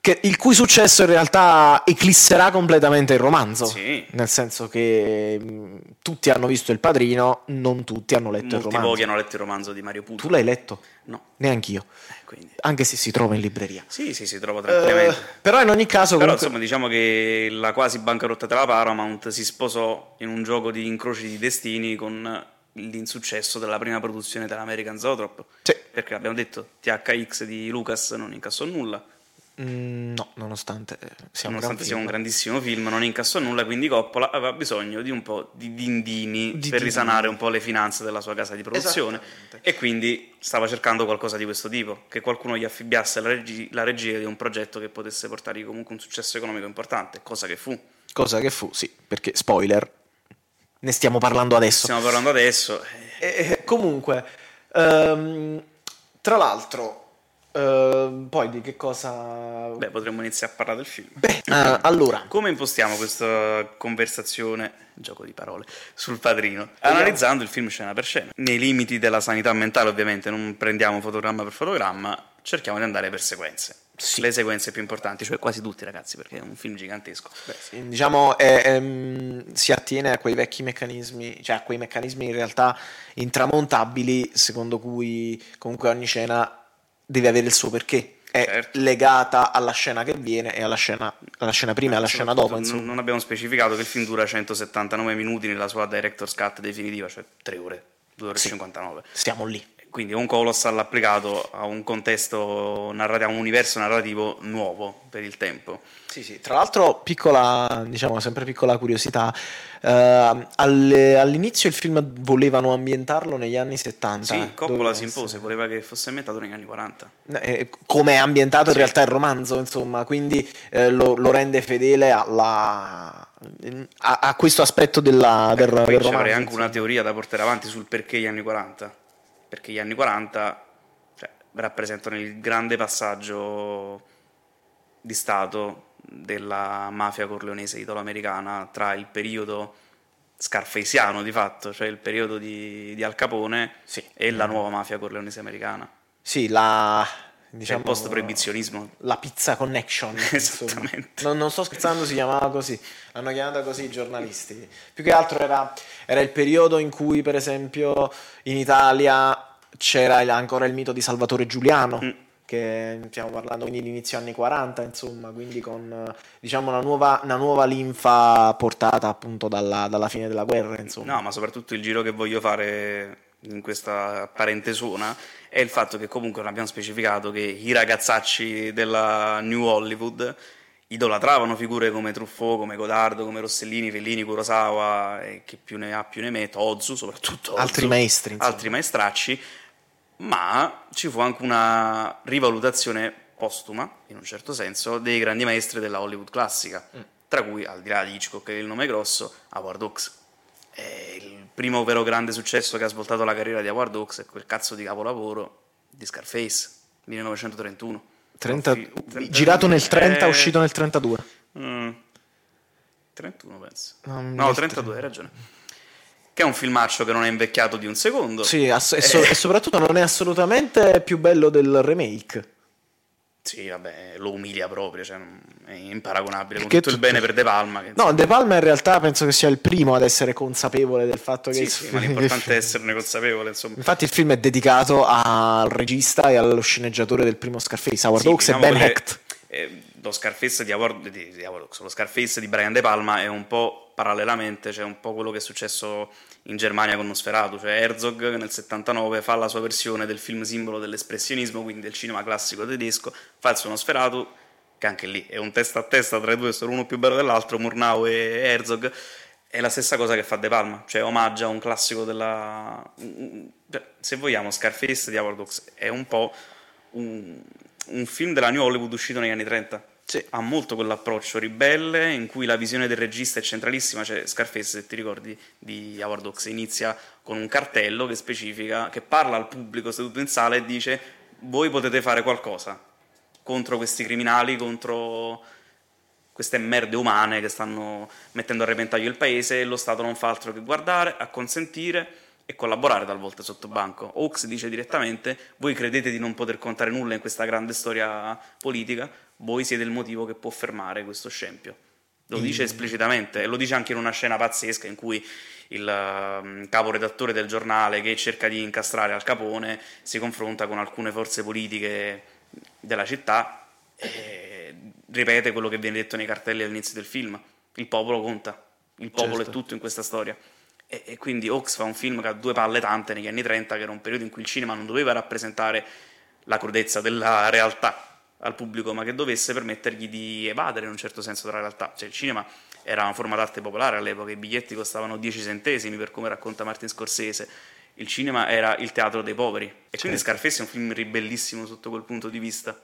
che- il cui successo in realtà eclisserà completamente il romanzo. Sì. Nel senso che mh, tutti hanno visto il padrino, non tutti hanno letto il Molti romanzo. pochi hanno letto il romanzo di Mario Puzo. Tu l'hai letto? No, Neanch'io, eh, quindi. anche se si trova in libreria. Sì, sì, si trova tranquillamente. Eh, però in ogni caso, Però comunque, insomma diciamo che la quasi bancarotta della Paramount si sposò in un gioco di incroci di destini con l'insuccesso della prima produzione dell'American Zotrop. Sì. Perché abbiamo detto THX di Lucas non incassò nulla, Mm, no, nonostante eh, sia un gran nonostante sia film. un grandissimo film, non incassò nulla, quindi Coppola aveva bisogno di un po' di dindini Di per dindini. Esatto. risanare un po' le finanze della sua casa di produzione Esattamente. e quindi stava cercando qualcosa di questo tipo, che qualcuno gli affibbiasse la, regi- la regia di un progetto che potesse portargli comunque un successo economico importante, cosa che fu. Cosa che fu, sì, perché spoiler, ne stiamo parlando adesso. Stiamo parlando adesso. eh, Eh, eh, comunque, ehm, tra l'altro, ehm, poi di che cosa... Beh, potremmo iniziare a parlare del film. Beh, ah, allora, Come impostiamo questa conversazione, gioco di parole, sul padrino? Analizzando il film scena per scena. Nei limiti della sanità mentale, ovviamente, non prendiamo fotogramma per fotogramma, cerchiamo di andare per sequenze. Sì. Le sequenze più importanti, cioè quasi tutti, ragazzi, perché è un film gigantesco. diciamo, eh, ehm, si attiene a quei vecchi meccanismi, cioè a quei meccanismi in realtà intramontabili, secondo cui comunque ogni scena deve avere il suo perché. È Certo. legata alla scena che viene e alla scena, alla scena prima e alla scena dopo, Soprattutto insomma. non- Non abbiamo specificato che il film dura 179 minuti nella sua director's cut definitiva, cioè 3 ore, 2 ore e Sì. 59. Siamo lì. Quindi un colossal applicato a un contesto narrativo, a un universo narrativo nuovo per il tempo. Sì, sì. Tra l'altro, piccola, diciamo, sempre piccola curiosità, ehm, alle- all'inizio il film volevano ambientarlo negli anni 70. Sì, Coppola Doveva si impose, voleva che fosse ambientato negli anni 40. essere- eh, come è ambientato in Sì. realtà il romanzo, insomma, quindi eh, lo, lo rende fedele alla- a, a questo aspetto della, del, Ecco, del Poi ci romanzo. avrei anche insomma. una teoria da portare avanti sul perché gli anni 40. Perché gli anni 40 cioè, rappresentano il grande passaggio di stato della mafia corleonese italo-americana tra il periodo scarfaisiano di fatto, cioè il periodo di, di Al Capone Sì. e la nuova mafia corleonese americana. Sì, la... Cioè Diciamo, il post-proibizionismo. La pizza connection. [laughs] insomma. Esattamente. Non, non sto scherzando, si chiamava così. L'hanno chiamata così i giornalisti. Più che altro era, era il periodo in cui, per esempio, in Italia c'era il- ancora il mito di Salvatore Giuliano. Mm. Che stiamo parlando quindi di inizio anni 40, insomma, quindi con eh, diciamo una nuova, una nuova linfa portata appunto dalla, dalla fine della guerra, insomma. No, ma soprattutto il giro che voglio fare in questa parentesona è il fatto che comunque non abbiamo specificato che i ragazzacci della New Hollywood idolatravano figure come Truffaut, come Godardo, come Rossellini, Fellini, Kurosawa e chi più ne ha più ne mette, Ozu soprattutto. Ozu, Altri maestri, insomma. Altri maestracci, ma ci fu anche una rivalutazione postuma, in un certo senso, dei grandi maestri della Hollywood classica, Mm. tra cui, al di là di Hitchcock, che è il nome grosso, Howard Hawks. Eh, il primo vero grande successo che ha svoltato la carriera di Howard Hawks è quel cazzo di capolavoro di Scarface 1931. 30 Fi- trenta- girato nel 30, eh, uscito nel 32. mm, 31 penso. No, No, nel 32, hai ragione. Che è un filmaccio che non è invecchiato di un secondo. Sì, ass- e, Eh. so- e soprattutto non è assolutamente più bello del remake. Sì, vabbè, lo umilia proprio, cioè, non- è imparagonabile Perché con tutto il tutto- bene per De Palma. Che, No, De Palma in realtà penso che sia il primo ad essere consapevole del fatto che... sì, il sì, film- ma l'importante è esserne consapevole, insomma. [laughs] Infatti il film è dedicato al regista e allo sceneggiatore del primo Scarface, Howard Sì, Hawks diciamo e Ben quelle- Hecht. eh, lo Scarface di, Howard, di, di Howard Hawks, lo Scarface di Brian De Palma è un po' parallelamente, cioè un po' quello che è successo in Germania con Nosferatu, cioè Herzog che nel 79 fa la sua versione del film simbolo dell'espressionismo, quindi del cinema classico tedesco, fa il suo Nosferatu, che anche lì è un testa a testa tra i due, solo uno più bello dell'altro, Murnau e Herzog, è la stessa cosa che fa De Palma, cioè omaggia un classico della... cioè, se vogliamo, Scarface di Howard Hawks è un po' un, un film della New Hollywood uscito negli anni 30. Sì. ha molto quell'approccio ribelle in cui la visione del regista è centralissima, cioè Scarface, se ti ricordi, di Howard Hawks inizia con un cartello che specifica, che parla al pubblico seduto in sala e dice voi potete fare qualcosa contro questi criminali, contro queste merde umane che stanno mettendo a repentaglio il paese e lo Stato non fa altro che guardare, acconsentire e collaborare talvolta sotto banco. Oaks dice direttamente: Voi credete di non poter contare nulla in questa grande storia politica? Voi siete il motivo che può fermare questo scempio. Lo dice esplicitamente e lo dice anche in una scena pazzesca in cui il ehm, caporedattore del giornale che cerca di incastrare Al Capone si confronta con alcune forze politiche della città e ripete quello che viene detto nei cartelli all'inizio del film. Il popolo conta, il popolo Certo. è tutto in questa storia. E, e quindi Ox fa un film che ha due palle tante negli anni 30, che era un periodo in cui il cinema non doveva rappresentare la crudezza della realtà al pubblico, ma che dovesse permettergli di evadere in un certo senso dalla realtà. Cioè il cinema era una forma d'arte popolare all'epoca, i biglietti costavano 10 centesimi per come racconta Martin Scorsese. Il cinema era il teatro dei poveri. E quindi Scarface è un film ribellissimo sotto quel punto di vista.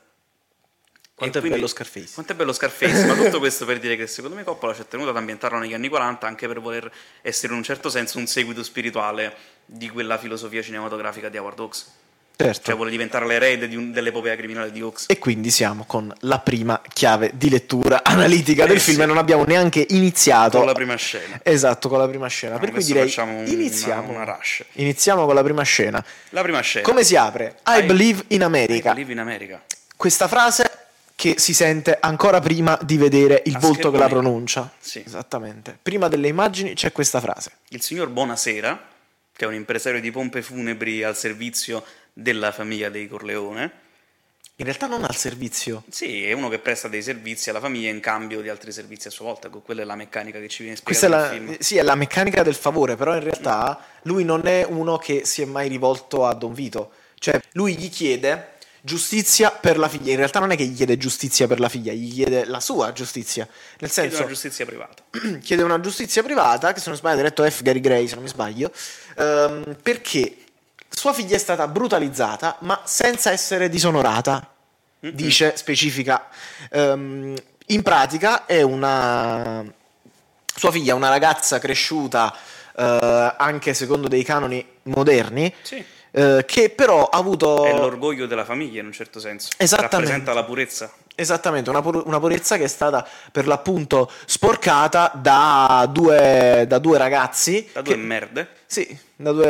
Quanto E è quindi- bello Scarface. Quanto è bello Scarface, ma tutto questo per dire che secondo me Coppola ci ha tenuto ad ambientarlo negli anni 40 anche per voler essere in un certo senso un seguito spirituale di quella filosofia cinematografica di Howard Hawks. Certo. Cioè vuole diventare l'erede di un- dell'epopea criminale di Hawks. E quindi siamo con la prima chiave di lettura analitica Eh del sì. film e non abbiamo neanche iniziato. Con la prima scena. Esatto, con la prima scena. per cui adesso direi facciamo un- iniziamo. una Eh. rush. Iniziamo con la prima scena. La prima scena. Come si apre? I, I- believe in I America. believe in America. Questa frase che si sente ancora prima di vedere il A volto che la schermo nero. pronuncia. Sì. Esattamente. Prima delle immagini c'è questa frase. Il signor Bonasera, che è un impresario di pompe funebri al servizio della famiglia dei Corleone. In realtà non al servizio. Sì, è uno che presta dei servizi alla famiglia in cambio di altri servizi a sua volta. co- Quella è la meccanica che ci viene Questa è spiegata nel la, film. sì, è la meccanica del favore, però in realtà lui non è uno che si è mai rivolto a Don Vito. Cioè, lui gli chiede giustizia per la figlia. In realtà non è che gli chiede giustizia per la figlia, gli chiede la sua giustizia. Nel È una senso, giustizia privata. chiede una giustizia privata, che se non sbaglio è diretto a F. Gary Gray, se non mi sbaglio, ehm, perché sua figlia è stata brutalizzata, ma senza essere disonorata, dice, specifica. Ehm, in pratica è una... Sua figlia è una ragazza cresciuta eh, anche secondo dei canoni moderni, Sì. eh, che però ha avuto... È l'orgoglio della famiglia in un certo senso. Oh. Esattamente. Rappresenta la purezza. Esattamente, una, pur- una purezza che è stata per l'appunto sporcata da due, da due ragazzi. Da due che- merde. Sì, da due.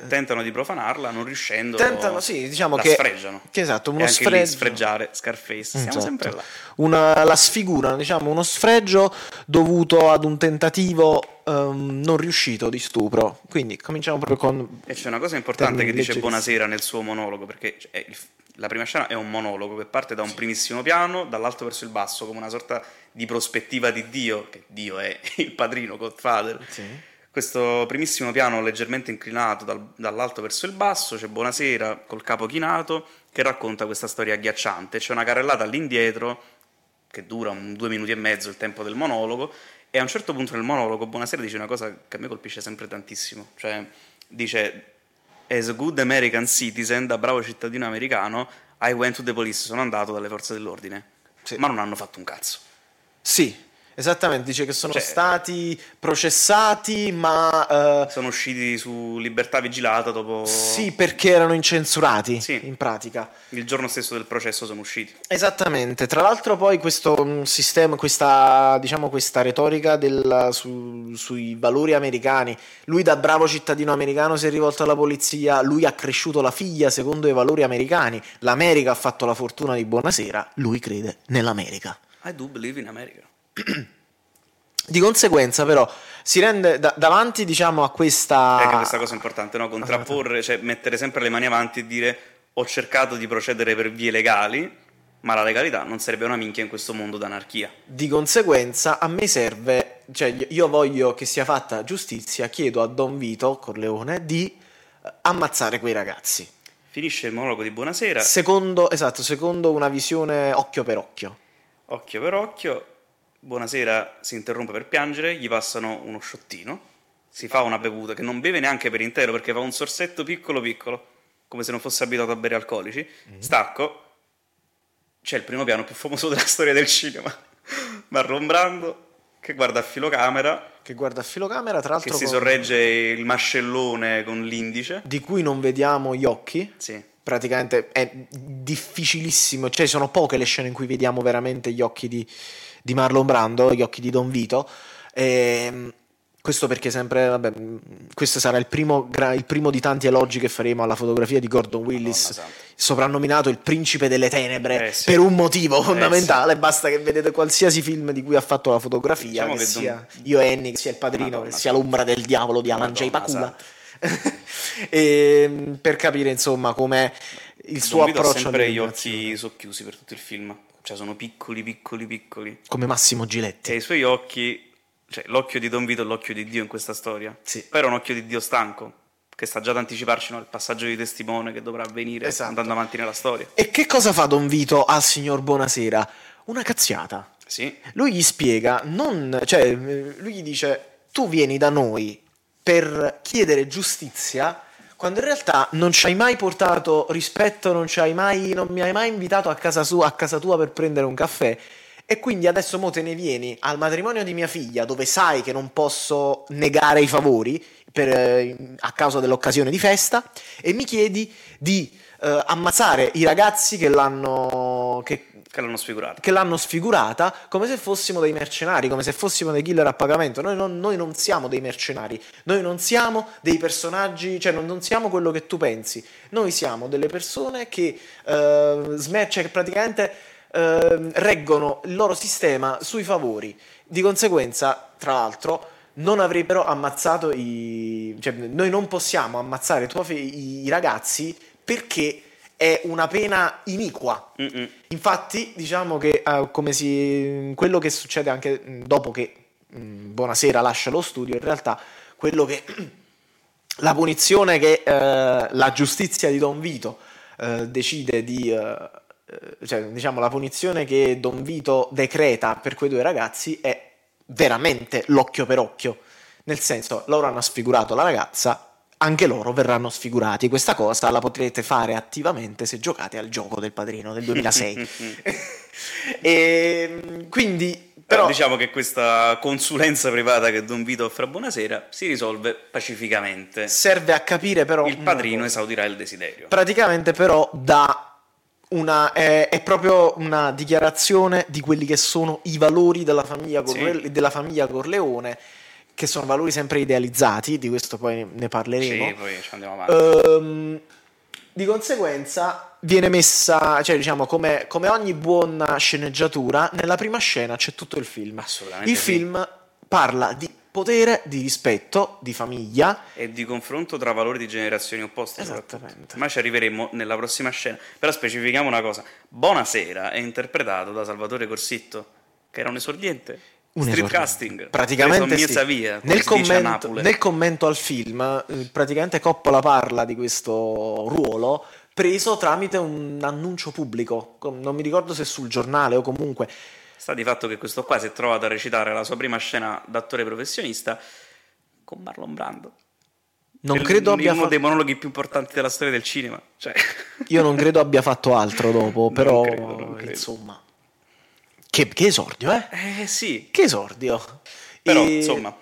che tentano di profanarla, non riuscendo. Tentano, sì, diciamo la che- sfregiano. che esatto, uno e anche lì sfregio. sfregiare Scarface. Siamo Esatto. sempre là. Una- la sfigura, diciamo, uno sfregio dovuto ad un tentativo ehm, non riuscito di stupro. Quindi cominciamo proprio con. E c'è una cosa importante che Termini dice leggerissimi. Buonasera nel suo monologo, perché cioè, è il- la prima scena è un monologo che parte da un primissimo piano, dall'alto verso il basso, come una sorta di prospettiva di Dio, che Dio è [laughs] il padrino, Godfather. Questo primissimo piano leggermente inclinato dal- dall'alto verso il basso, c'è Buonasera col capo chinato che racconta questa storia agghiacciante. C'è una carrellata all'indietro che dura un- due minuti e mezzo il tempo del monologo e a un certo punto nel monologo Buonasera dice una cosa che a me colpisce sempre tantissimo, cioè dice As a good American citizen, da bravo cittadino americano, I went to the police, sono andato dalle forze dell'ordine, Sì. ma non hanno fatto un cazzo. Sì. Esattamente, dice che sono Cioè- stati processati, ma eh, Sono usciti su libertà vigilata dopo sì, perché erano incensurati Sì. in pratica. il giorno stesso del processo sono usciti. Esattamente, tra l'altro poi questo mh, sistema, questa, diciamo, questa retorica del- su- sui valori americani, lui da bravo cittadino americano si è rivolto alla polizia, lui ha cresciuto la figlia secondo i valori americani, l'America ha fatto la fortuna di buonasera, lui crede nell'America. I do believe in America. Di conseguenza però si rende da- davanti diciamo a questa... È Eh, che questa cosa è importante, no? Contrapporre, cioè mettere sempre le mani avanti e dire ho cercato di procedere per vie legali, ma la legalità non sarebbe una minchia in questo mondo d'anarchia. Di conseguenza a me serve, cioè io- io voglio che sia fatta giustizia, chiedo a Don Vito Corleone di eh, ammazzare quei ragazzi. Finisce il monologo di buonasera, Secondo, esatto, secondo una visione occhio per occhio. occhio per occhio, buonasera si interrompe per piangere, gli passano uno sciottino, si fa una bevuta che non beve neanche per intero perché fa un Mhm. sorsetto piccolo piccolo, come se non fosse abituato a bere alcolici, stacco, c'è il primo piano più famoso della [laughs] storia del cinema. Marlon Brando che guarda a filocamera, Che guarda a filocamera, tra che l'altro, si con- sorregge il mascellone con l'indice. di cui non vediamo gli occhi. Sì. Praticamente è difficilissimo, cioè sono poche le scene in cui vediamo veramente gli occhi di, di Marlon Brando, gli occhi di Don Vito. Ehm, questo perché sempre, vabbè, questo sarà il primo, gra- il primo di tanti elogi che faremo alla fotografia di Gordon Willis, Madonna santa. soprannominato il principe delle tenebre Eh sì. per un motivo sì. fondamentale. Basta che vedete qualsiasi film di cui ha fatto la fotografia, Diciamo che, che Don- sia Io e Annie, che sia Il Padrino, Madonna. che sia L'ombra del diavolo di Alan J. Madonna esatto. Pakula. [laughs] Ehm, per capire insomma come il suo Don Vito ha approccio sempre gli all'illuminazione. occhi socchiusi per tutto il film. Cioè, sono piccoli, piccoli, piccoli. come Massimo Giletti. E i suoi occhi, cioè l'occhio di Don Vito è l'occhio di Dio in questa storia. Sì. Però è un occhio di Dio stanco, che sta già ad anticiparci no, il passaggio di testimone che dovrà avvenire Esatto. andando avanti nella storia. E che cosa fa Don Vito al signor Buonasera? Una cazziata. Sì, Lui gli spiega, non- cioè, lui gli dice: Tu vieni da noi per chiedere giustizia. Quando in realtà non ci hai mai portato rispetto, non, ci hai mai, non mi hai mai invitato a casa, sua- a casa tua per prendere un caffè. E quindi adesso mo te ne vieni al matrimonio di mia figlia, dove sai che non posso negare i favori per, eh, a causa dell'occasione di festa, e mi chiedi di eh, ammazzare i ragazzi che l'hanno. che- che l'hanno sfigurata. che l'hanno sfigurata come se fossimo dei mercenari, come se fossimo dei killer a pagamento. Noi non, noi non siamo dei mercenari, noi non siamo dei personaggi, cioè non, non siamo quello che tu pensi. Noi siamo delle persone che eh, smer- cioè che praticamente eh, reggono il loro sistema sui favori. Di conseguenza, tra l'altro, non avrebbero ammazzato i... cioè noi non possiamo ammazzare tua fi- i ragazzi perché è una pena iniqua. Mm-mm. Infatti, diciamo che eh, come si, quello che succede anche mh, dopo che mh, Buonasera lascia lo studio, in realtà quello che [clears throat] la punizione che eh, la giustizia di Don Vito eh, decide di eh, eh, cioè, diciamo la punizione che Don Vito decreta per quei due ragazzi è veramente l'occhio per occhio. Nel senso, loro hanno sfigurato la ragazza, anche loro verranno sfigurati. Questa cosa la potrete fare attivamente se giocate al gioco del padrino del [laughs] 2006. e, Ehm, quindi, Però però, diciamo che questa consulenza privata che Don Vito offre a Buonasera si risolve pacificamente. serve a capire però... Il una padrino cosa. esaudirà il desiderio. Praticamente però da una, è, è proprio una dichiarazione di quelli che sono i valori della famiglia, Sì. Corle- della famiglia Corleone, che sono valori sempre idealizzati, di questo poi ne parleremo. Sì, poi ci eh, andiamo avanti. Ehm, di conseguenza viene messa, cioè diciamo come, come ogni buona sceneggiatura, nella prima scena c'è tutto il film. Assolutamente. Il sì. film parla di potere, di rispetto, di famiglia, E di confronto tra valori di generazioni opposte. soprattutto. Esattamente. Ma ci arriveremo nella prossima scena. Però specifichiamo una cosa. Buonasera è interpretato da Salvatore Corsitto, che era un esordiente. un Street esordio. casting. praticamente Preso a sì. Miezavia, come nel, si dice a commento, Napoli. nel commento al film eh, praticamente Coppola parla di questo ruolo preso tramite un annuncio pubblico Com- non mi ricordo se sul giornale o comunque Sta di fatto che questo qua si è trovato a recitare la sua prima scena d'attore professionista con Marlon Brando. non È l- credo abbia uno fatto dei monologhi più importanti della storia del cinema. Cioè, [laughs] io non credo abbia fatto altro dopo Non però credo, non credo. insomma che, che esordio eh eh sì. che esordio Però, E- insomma,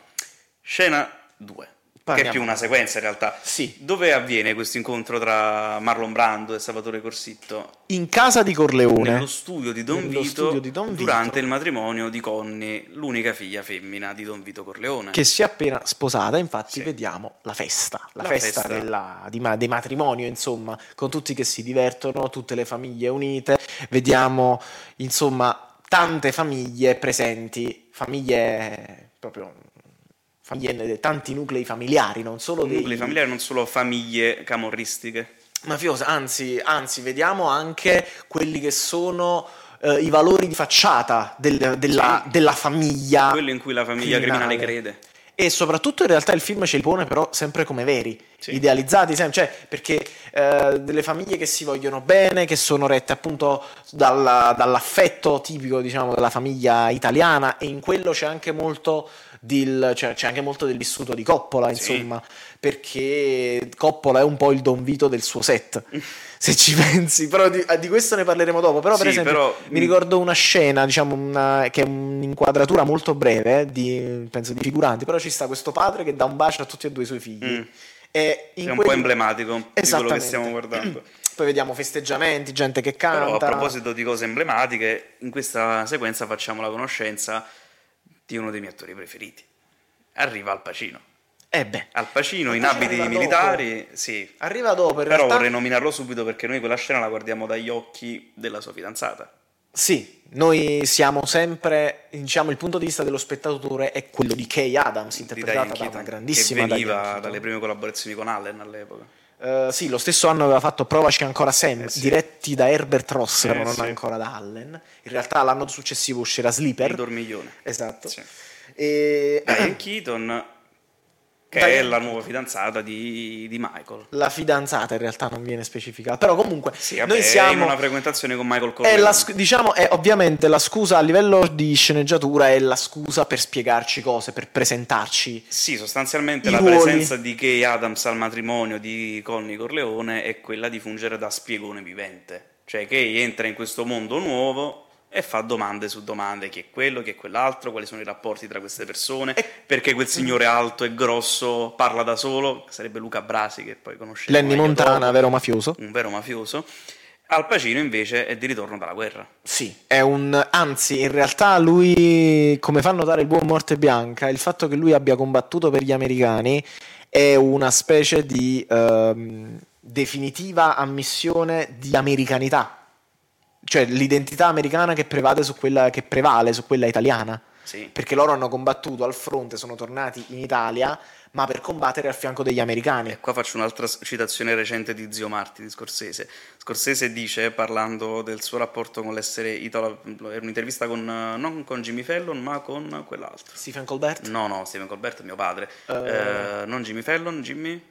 scena 2, che è Parliamo. più una sequenza in realtà. Sì. Dove avviene questo incontro tra Marlon Brando e Salvatore Corsitto? in casa di Corleone Nello studio di Don Nello Vito studio di Don durante Vito. il matrimonio di Connie, l'unica figlia femmina di Don Vito Corleone. che si è appena sposata, infatti Sì. vediamo la festa, la, La festa, festa. della- di ma- dei matrimonio, insomma, con tutti che si divertono, tutte le famiglie unite, vediamo, insomma, tante famiglie presenti, famiglie proprio, famiglie, tanti nuclei familiari, non solo dei Nuclei familiari non solo famiglie camorristiche. mafiose, anzi, anzi, vediamo anche quelli che sono... eh, I valori di facciata del- della, Sì. della famiglia Quello in cui la famiglia criminale, Ah, criminale. crede. E soprattutto in realtà il film ce li pone però sempre come veri. Sì. idealizzati, sem- cioè, perché eh, delle famiglie che si vogliono bene, che sono rette appunto dalla- dall'affetto tipico diciamo, della famiglia italiana e in quello c'è anche molto, del, cioè, c'è anche molto del vissuto di Coppola, Sì. insomma, perché Coppola è un po' il Don Vito del suo [laughs] set. Se ci pensi, però di, di questo ne parleremo dopo. Però, per Sì, esempio, però- mi ricordo una scena, diciamo, una- che è un'inquadratura molto breve, eh, di, penso di figuranti, però ci sta questo padre che dà un bacio a tutti e due i suoi figli. Mm. E in È un quel- po' emblematico di quello che Esattamente. stiamo guardando. [clears throat] Poi vediamo festeggiamenti, gente che Però canta. a proposito di cose emblematiche, in questa sequenza facciamo la conoscenza di uno dei miei attori preferiti. Arriva Al Pacino. Eh beh, Al Pacino Al in Pacino abiti arriva militari, sì. arriva dopo in Però realtà. vorrei nominarlo subito perché noi quella scena la guardiamo dagli occhi della sua fidanzata. Sì, noi siamo sempre, diciamo, il punto di vista dello spettatore è quello di Kay Adams, di interpretata Diane da Keaton, una grandissima che veniva Diane Keaton. dalle prime collaborazioni con Allen all'epoca. Eh, sì, lo stesso anno aveva fatto Provaci ancora Sam, Eh sì. diretti da Herbert Ross, Eh però non sì. ancora da Allen. In realtà l'anno successivo uscirà Il Sleeper. dormiglione. Esatto. [clears throat] Sì. E Diane Keaton, che Diane è la Keaton. nuova fidanzata di, di Michael. la fidanzata in realtà non viene specificata, però comunque Sì, vabbè, noi è in siamo... una frequentazione con Michael È Corleone. la scu- diciamo, è ovviamente la scusa a livello di sceneggiatura è la scusa per spiegarci cose, per presentarci. Sì, sostanzialmente I la ruoli. presenza di Kay Adams al matrimonio di Connie Corleone è quella di fungere da spiegone vivente. Cioè Kay entra in questo mondo nuovo e fa domande su domande, chi è quello, chi è quell'altro, quali sono i rapporti tra queste persone, E- Mm. perché quel signore alto e grosso parla da solo, sarebbe Luca Brasi che poi conoscete. Lenny Montana, vero mafioso? un vero mafioso. Al Pacino invece è di ritorno dalla guerra. Sì, è un anzi, in realtà lui, come fa a notare il buon Morte Bianca, il fatto che lui abbia combattuto per gli americani è una specie di ehm, definitiva ammissione di americanità, cioè l'identità americana che prevale su quella, che prevale su quella italiana, Sì. perché loro hanno combattuto al fronte, sono tornati in Italia, ma per combattere al fianco degli americani. E qua faccio un'altra s- citazione recente di Zio Marti di Scorsese. Scorsese dice, parlando del suo rapporto con l'essere italo, era un'intervista con, eh, non con Jimmy Fallon, ma con quell'altro. Stephen Colbert? No, no, Steven Colbert è mio padre. Eh. Eh, non Jimmy Fallon, Jimmy...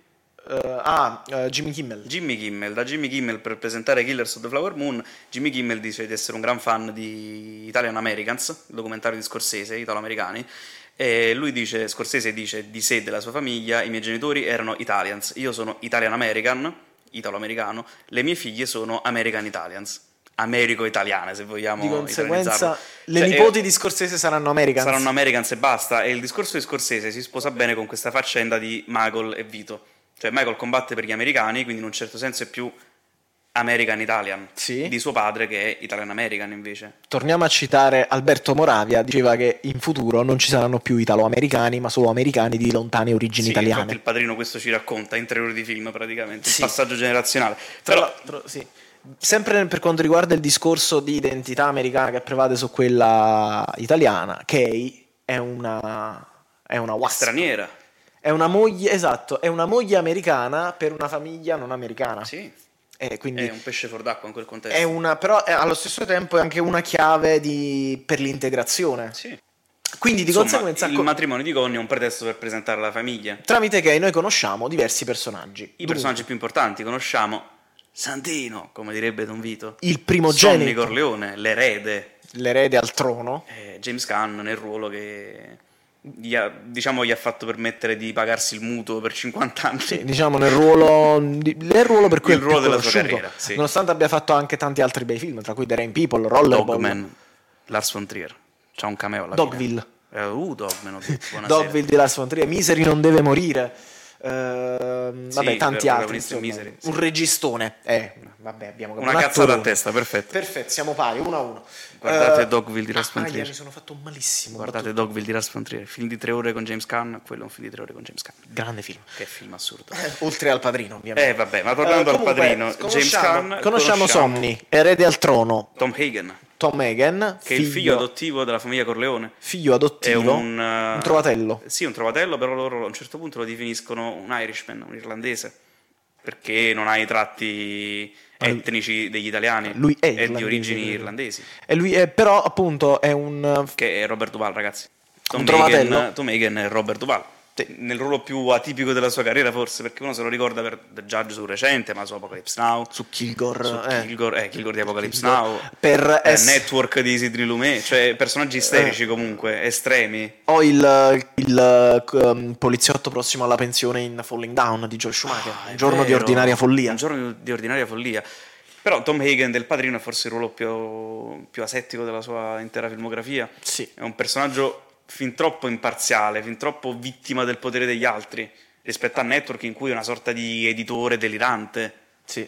Eh, ah, eh, Jimmy Kimmel. Jimmy Kimmel, da Jimmy Kimmel per presentare Killers of the Flower Moon, Jimmy Kimmel dice di essere un gran fan di Italian Americans, il documentario di Scorsese, italo-americani, e lui dice, Scorsese dice di sé e della sua famiglia, i miei genitori erano Italians, io sono Italian American, italo-americano, le mie figlie sono American Italians, americo-italiane se vogliamo Di conseguenza, italianizzarlo. le Cioè, nipoti eh, di Scorsese saranno americani. Saranno Americans e basta. E il discorso di Scorsese si sposa bene con questa faccenda di Michael e Vito. Cioè, Michael combatte per gli americani, quindi in un certo senso è più American Italian Sì. di suo padre che è Italian American invece. Torniamo a citare Alberto Moravia, diceva che in futuro non ci saranno più italo-americani, ma solo americani di lontane origini Sì, infatti italiane. il padrino questo ci racconta in tre ore di film praticamente, Sì. il passaggio generazionale. Tra Però l'altro, sì. Sempre per quanto riguarda il discorso di identità americana che prevade su quella italiana, Kay è una è una wasp. straniera, È una moglie, esatto, è una moglie americana per una famiglia non americana. sì, E Ah. quindi è un pesce fuor d'acqua in quel contesto. è una però è- allo stesso tempo è anche una chiave di- per l'integrazione. Sì. Quindi di Insomma, conseguenza il co- matrimonio di Connie è un pretesto per presentare la famiglia. tramite che noi conosciamo diversi personaggi. I Dunque, personaggi più importanti conosciamo Santino, come direbbe Don Vito. il Sonny primogenito, Corleone, l'erede, l'erede al trono, eh, James Caan nel ruolo che gli ha, diciamo gli ha fatto permettere di pagarsi il mutuo per 50 anni. sì, diciamo nel ruolo, di- nel ruolo per cui Il è più ruolo della sua conosciuto, carriera, sì. nonostante abbia fatto anche tanti altri bei film, tra cui The Rain People, Rollerball, Dogman, Lars von Trier, c'ha un cameo alla Dogville, fine. Eh, uh, Dogman, ho [laughs] detto, buonasera. Dogville di Lars von Trier, Misery non deve morire, ehm, Sì, vabbè tanti il altri, protagonista è insomma. Misery, sì. un registone, eh, vabbè abbiamo Una un cazzata a attorone. testa, perfetto. Perfetto, siamo pari, uno a uno. Guardate Eh, Dogville di Lars von ah, Trier. ahia, mi sono fatto malissimo. Guardate Dogville di Lars von Trier, film di tre ore con James Caan, quello è un film di tre ore con James Caan. Grande film. Eh, Che film assurdo. Oltre al padrino, ovviamente. Eh vabbè, ma tornando Eh, al comunque, padrino, James conosciamo- Caan, Conosciamo Somni, erede al trono, Tom Hagen, Tom Hagen, che è il figlio adottivo della famiglia Corleone. figlio È adottivo, un, eh, un trovatello. Sì, un trovatello, però loro a un certo punto lo definiscono un Irishman, un irlandese, perché non ha i tratti Ma lui- etnici degli italiani, Lui è di irlandese, origini credo. irlandesi, E lui è, però appunto è un... che è Robert Duvall, ragazzi. Tom Un trovatello? Hagen- Tom Hagen è Robert Duvall. nel ruolo più atipico della sua carriera forse, perché uno se lo ricorda per The Judge su recente, ma su Apocalypse Now, su Kilgore, su eh. Kilgore, eh, Kilgore di Apocalypse Kilgore. Now, Per Eh. eh, ess- Network di Sidney Lumet, cioè personaggi isterici comunque, estremi. Ho il, il, um, poliziotto prossimo alla pensione in Falling Down di Joel Schumacher. Ah, è un giorno di vero. ordinaria follia. Un giorno di ordinaria follia. Però Tom Hagen del Padrino è forse il ruolo più, più asettico della sua intera filmografia. Sì. È un personaggio fin troppo imparziale, fin troppo vittima del potere degli altri, rispetto a Network in cui è una sorta di editore delirante. sì.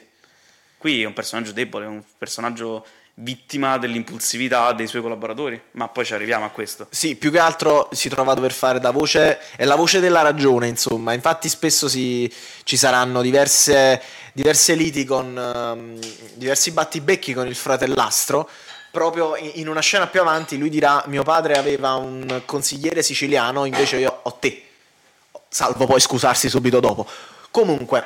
Qui è un personaggio debole, è un personaggio vittima dell'impulsività dei suoi collaboratori, ma poi ci arriviamo a questo. Sì, più che altro si trova a dover fare da voce, è la voce della ragione, insomma. Infatti spesso si- ci saranno diverse, diverse liti con ehm, diversi battibecchi con il fratellastro. Proprio in in una scena più avanti lui dirà: Mio padre aveva un consigliere siciliano, invece io ho te. Salvo poi scusarsi subito dopo. Comunque,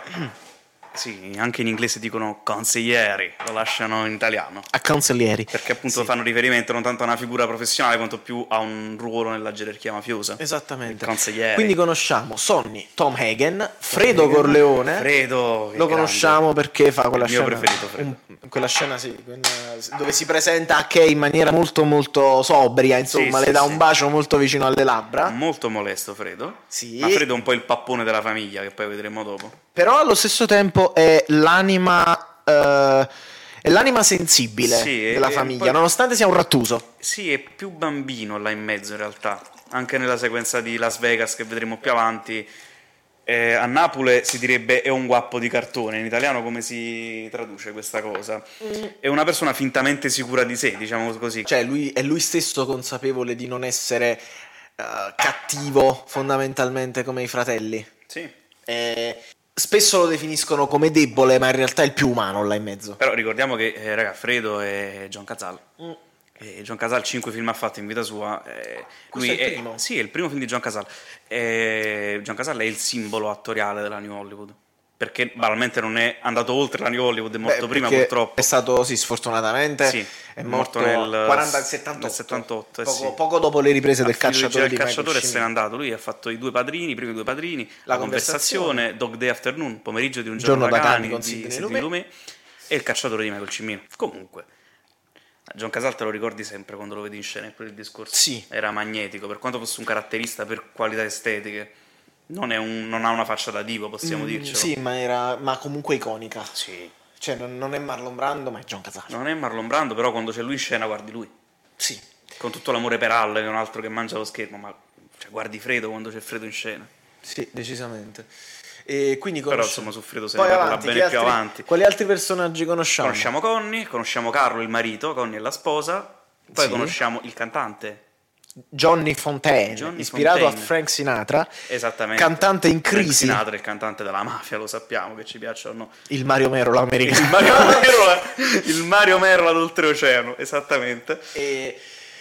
Sì, anche in inglese dicono consiglieri, lo lasciano in italiano. a consiglieri. Perché appunto Sì. fanno riferimento non tanto a una figura professionale quanto più a un ruolo nella gerarchia mafiosa. Esatto. Esattamente. Il consigliere. Quindi conosciamo Sonny, Tom Hagen, Fredo Hagen. Corleone. Fredo, che Lo grande. conosciamo perché fa quella Il mio scena. preferito, Fredo. un- quella scena, sì, quella- dove si presenta a Kay in maniera molto, molto sobria. Insomma, le Sì, sì, dà sì. un bacio molto vicino alle labbra. Molto molesto Fredo. Sì. Ma Fredo è un po' il pappone della famiglia, che poi vedremo dopo. Però allo stesso tempo è l'anima. eh, è l'anima sensibile Sì, e- della e famiglia, poi- nonostante sia un rattuso. Sì, è più bambino là in mezzo in realtà. Anche nella sequenza di Las Vegas che vedremo più avanti. eh, a Napoli si direbbe è un guappo di cartone. In italiano come si traduce questa cosa? È una persona fintamente sicura di sé, diciamo così. Mm. Cioè, lui, è lui stesso consapevole di non essere eh, cattivo, fondamentalmente, come i fratelli. Sì. Eh, spesso lo definiscono come debole, ma in realtà è il più umano là in mezzo. Però ricordiamo che, eh, raga, Fredo è John Cazal. E John Casal 5 film ha fatto in vita sua. eh, Questo è il primo? sì, è il primo film di John Casal. Eh, John Casal è il simbolo attoriale della New Hollywood. Perché banalmente non è andato oltre la New Hollywood, è Beh, morto prima perché purtroppo. È stato, sì, sfortunatamente. Sì, è morto, nel 40, 78, nel 78, eh poco, sì. poco dopo le riprese del A fine cacciatore del di Michael cacciatore se n'è Cimino. andato. Lui ha fatto i due padrini, i primi due padrini, La la, conversazione, Dog Day Afternoon, pomeriggio di un giorno, da cani con Sidney di Sidney Lumet. Lumet e il cacciatore di Michael Cimino. Comunque, John Casal te lo ricordi sempre quando lo vedi in scena, è quello il discorso. Sì. Era magnetico, per quanto fosse un caratterista per qualità estetiche, non, è un- non ha una faccia da divo, possiamo Mm, dircelo. Sì, ma, era, ma comunque iconica. Sì. Cioè, non, non è Marlon Brando, ma è John Cazale. Non è Marlon Brando, però quando c'è lui in scena guardi lui. Sì. Con tutto l'amore per Al, che è un altro che mangia lo schermo, ma cioè, guardi Fredo quando c'è Fredo in scena. Sì, decisamente. E quindi Però conosciamo- insomma su Fredo se ne Poi parla avanti, bene chi più altri- avanti. Quali altri personaggi conosciamo? Conosciamo Conny, conosciamo Carlo il marito, Conny è la sposa, poi Sì. conosciamo il cantante, Johnny Fontaine, Johnny ispirato Fontaine. a Frank Sinatra, esattamente. cantante in Frank crisi, Sinatra, il cantante della mafia, lo sappiamo che ci piacciono. il Mario Merola americano. Il Mario [laughs] Merola, il Mario Merola d'oltreoceano, esattamente. e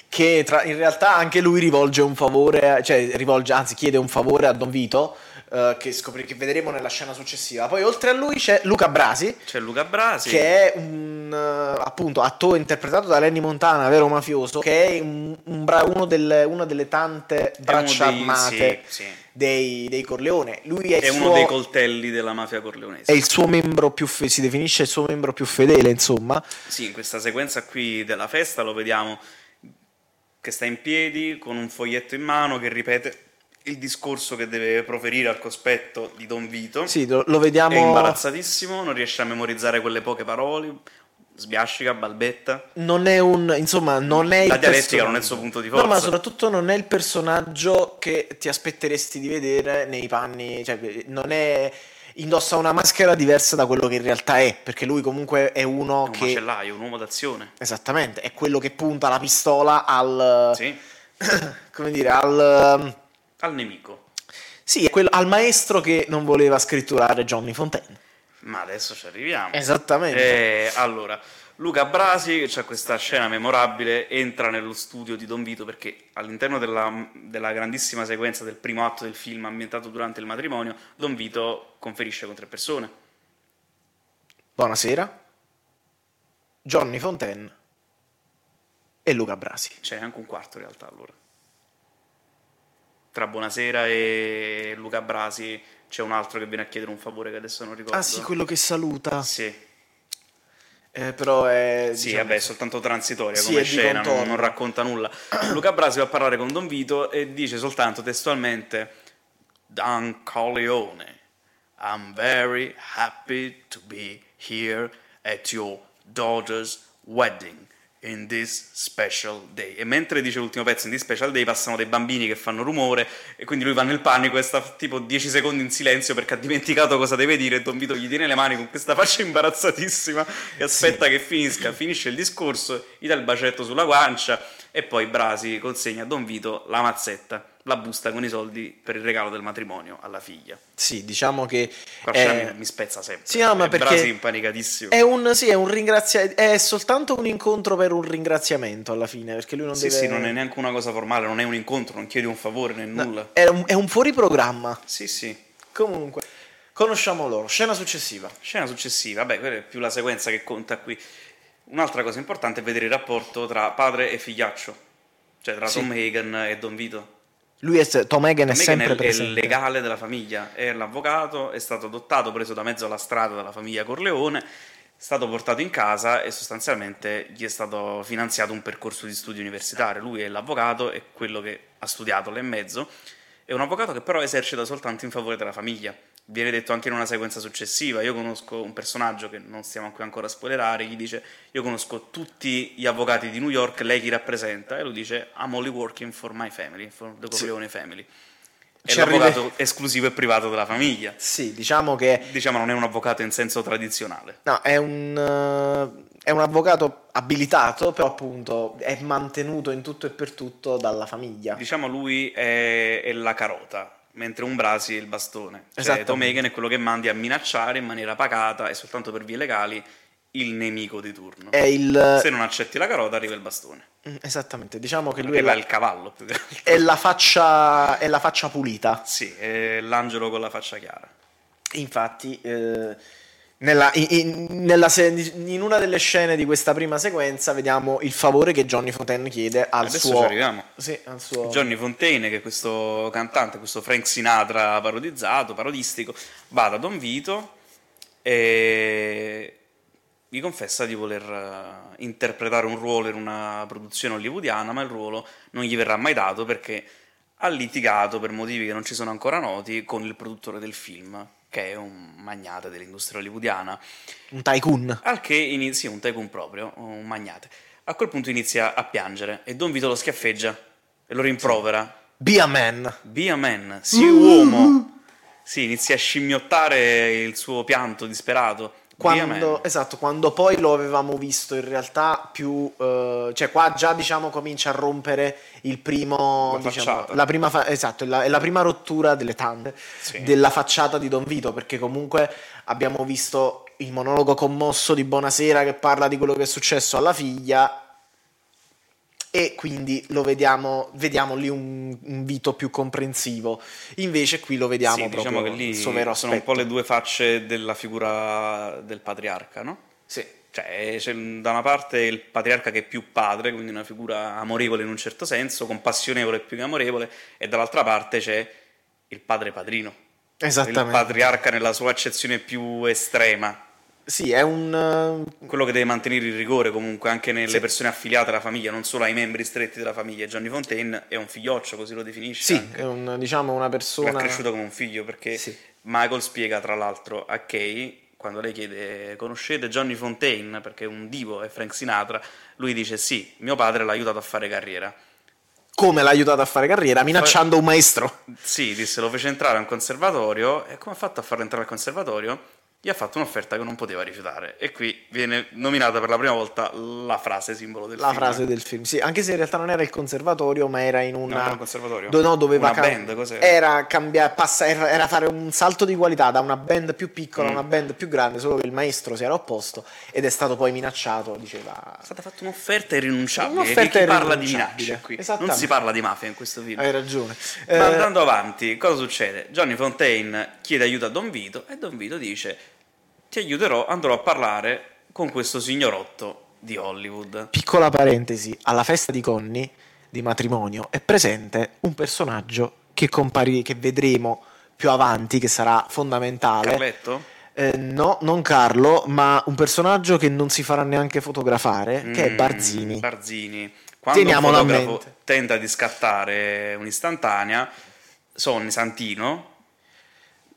che tra- in realtà anche lui rivolge un favore, cioè rivolge, anzi chiede un favore a Don Vito, eh, che, scopri- che vedremo nella scena successiva. Poi oltre a lui c'è Luca Brasi, C'è Luca Brasi. che è un eh, appunto attore interpretato da Lenny Montana, vero mafioso, che è un- un bra- uno delle, una delle tante braccia dei- armate sì, sì. dei, dei Corleone. Lui è, è il uno suo- dei coltelli della mafia è corleonese. il suo membro più fe- si definisce il suo membro più fedele, insomma. Sì, in questa sequenza qui della festa lo vediamo che sta in piedi con un foglietto in mano che ripete il discorso che deve proferire al cospetto di Don Vito. Sì, lo, lo È vediamo imbarazzatissimo, non riesce a memorizzare quelle poche parole, sbiascica, balbetta. non è un insomma non è La il dialettica personaggio- non è il suo punto di forza. no ma soprattutto non è il personaggio che ti aspetteresti di vedere nei panni cioè non è indossa una maschera diversa da quello che in realtà è perché lui comunque è uno È un che macellaio, un uomo d'azione. esattamente è quello che punta la pistola al Sì, [coughs] come dire al um, al nemico. sì è quello- al maestro che non voleva scritturare Johnny Fontaine Ma adesso ci arriviamo. Esatto. esattamente Eh, allora, Luca Brasi, c'è questa scena memorabile, entra nello studio di Don Vito perché all'interno della, della grandissima sequenza del primo atto del film ambientato durante il matrimonio, Don Vito conferisce con tre persone. buonasera Johnny Fontaine e Luca Brasi C'è anche un quarto in realtà allora. tra Buonasera e Luca Brasi c'è un altro che viene a chiedere un favore che adesso non ricordo. Ah sì, quello che saluta. Sì. Eh, però è... Sì, diciamo- vabbè, è soltanto transitoria Sì, come è di scena, non, contorno. non racconta nulla. [clears throat] Luca Brasi va a parlare con Don Vito e dice soltanto testualmente Dan Corleone, I'm very happy to be here at your daughter's wedding in this special day. E mentre dice l'ultimo pezzo in this special day passano dei bambini che fanno rumore e quindi lui va nel panico e sta tipo 10 secondi in silenzio perché ha dimenticato cosa deve dire e Don Vito gli tiene le mani con questa faccia imbarazzatissima e aspetta che finisca, finisce il discorso, gli dà il bacetto sulla guancia e poi Brasi consegna a Don Vito la mazzetta, la busta con i soldi per il regalo del matrimonio alla figlia. Sì, diciamo che... Qua è- scena mi, mi spezza sempre. Sì, no, ma Eh, perché- Eh, Brasi è impanicatissimo. È un, sì, è un ringrazia- è soltanto un incontro per un ringraziamento alla fine, perché lui non Sì, deve... sì, non è neanche una cosa formale, non è un incontro, non chiedi un favore né No, nulla. È un, è un fuori programma. Sì, sì. Comunque, conosciamo loro. Scena successiva. Scena successiva, beh, quella è più la sequenza che conta qui. Un'altra cosa importante è vedere il rapporto tra padre e figliaccio, cioè tra Sì. Tom Hagen e Don Vito. Lui è se- Tom Hagen è Tom Hagen sempre è, è il presente. legale della famiglia, è l'avvocato, è stato adottato, preso da mezzo alla strada dalla famiglia Corleone, è stato portato in casa e sostanzialmente gli è stato finanziato un percorso di studio universitario. Lui è l'avvocato, è quello che ha studiato là in mezzo, è un avvocato che però esercita soltanto in favore della famiglia. Viene detto anche in una sequenza successiva, io conosco un personaggio che non stiamo qui ancora a spoilerare, gli dice io conosco tutti gli avvocati di New York, lei chi rappresenta? E lui dice I'm only working for my family, for the Sì. Corleone family. È Ci l'avvocato arrive- esclusivo e privato della famiglia. Sì, diciamo che Diciamo non è un avvocato in senso tradizionale. no, è, un, eh, è un avvocato abilitato, però appunto è mantenuto in tutto e per tutto dalla famiglia. Diciamo lui è, è la carota, mentre un brasi è il bastone. Cioè Esattamente. Tom Hagen è quello che mandi a minacciare in maniera pacata e soltanto per vie legali il nemico di turno. È il... Se non accetti la carota arriva il bastone. Mm, Esattamente, diciamo che lui Lui è è la, Eh, il cavallo. più che altro. è la faccia, è la faccia pulita. Sì, è l'angelo con la faccia chiara. Infatti, eh, nella- in, in- nella se- in una delle scene di questa prima sequenza vediamo il favore che Johnny Fontaine chiede al Adesso ci suo... arriviamo. Sì, al suo... Johnny Fontaine, che è questo cantante, questo Frank Sinatra parodizzato, parodistico, va da Don Vito e gli confessa di voler eh, interpretare un ruolo in una produzione hollywoodiana, ma il ruolo non gli verrà mai dato perché ha litigato per motivi che non ci sono ancora noti con il produttore del film, che è un magnate dell'industria hollywoodiana. Un tycoon. Al che inizia un tycoon proprio, un magnate. A quel punto inizia a piangere e Don Vito lo schiaffeggia e lo rimprovera. Be a man. Be a man, sii Mm-hmm. uomo. Sì, inizia a scimmiottare il suo pianto disperato. Be a man. Quando, esatto, quando poi lo avevamo visto in realtà più... eh, cioè qua già diciamo comincia a rompere il primo... La diciamo, facciata. la prima fa- esatto, è la, è la prima rottura delle tante, Sì. della facciata di Don Vito, perché comunque abbiamo visto il monologo commosso di Buonasera che parla di quello che è successo alla figlia e quindi lo vediamo, vediamo lì un, un Vito più comprensivo. Invece qui lo vediamo Sì, proprio diciamo che lì il suo vero sono un aspetto. po' le due facce della figura del patriarca, no? Sì. Cioè, c'è da una parte il patriarca che è più padre, quindi una figura amorevole in un certo senso, compassionevole più che amorevole, e dall'altra parte c'è il padre padrino, il Esattamente. patriarca nella sua accezione più estrema, Sì, è un. eh, quello che deve mantenere il rigore comunque anche nelle Sì. persone affiliate alla famiglia, non solo ai membri stretti della famiglia. Gianni Fontaine è un figlioccio, così lo definisce. Sì, anche. è un, diciamo una persona. L'ha cresciuto come un figlio perché Sì. Michael spiega tra l'altro a Kay quando lei chiede conoscete Johnny Fontaine perché è un divo è Frank Sinatra lui dice sì mio padre l'ha aiutato a fare carriera Come l'ha aiutato a fare carriera, minacciando un maestro. sì disse lo fece entrare a un conservatorio e come ha fatto a farlo entrare al conservatorio gli ha fatto un'offerta che non poteva rifiutare e qui viene nominata per la prima volta la frase simbolo del La film frase del film, sì, anche se in realtà non era il conservatorio, ma era in No, era una. un conservatorio? Do- no, doveva Una cam- band, cos'era? Era cambiare, passa- era era fare un salto di qualità da una band più Mm. piccola a una band più grande, solo che il maestro si era opposto ed è stato poi minacciato. Diceva. è stata fatta un'offerta irrinunciabile Un'offerta chi parla di irrinunciabile, minacce qui non esattamente. si parla di mafia in questo film Hai ragione. Eh, Ma andando avanti, cosa succede? Johnny Fontaine chiede aiuto a Don Vito e Don Vito dice: Ti aiuterò, andrò a parlare con questo signorotto di Hollywood. Piccola parentesi, alla festa di Conny di matrimonio è presente un personaggio che, compari- che vedremo più avanti, che sarà fondamentale. Carletto? Eh, no, non Carlo, ma un personaggio che non si farà neanche fotografare, che è Mm, Barzini. Barzini. Quando Teniamolo a un fotografo mente. tenta di scattare un'istantanea, Sonny Santino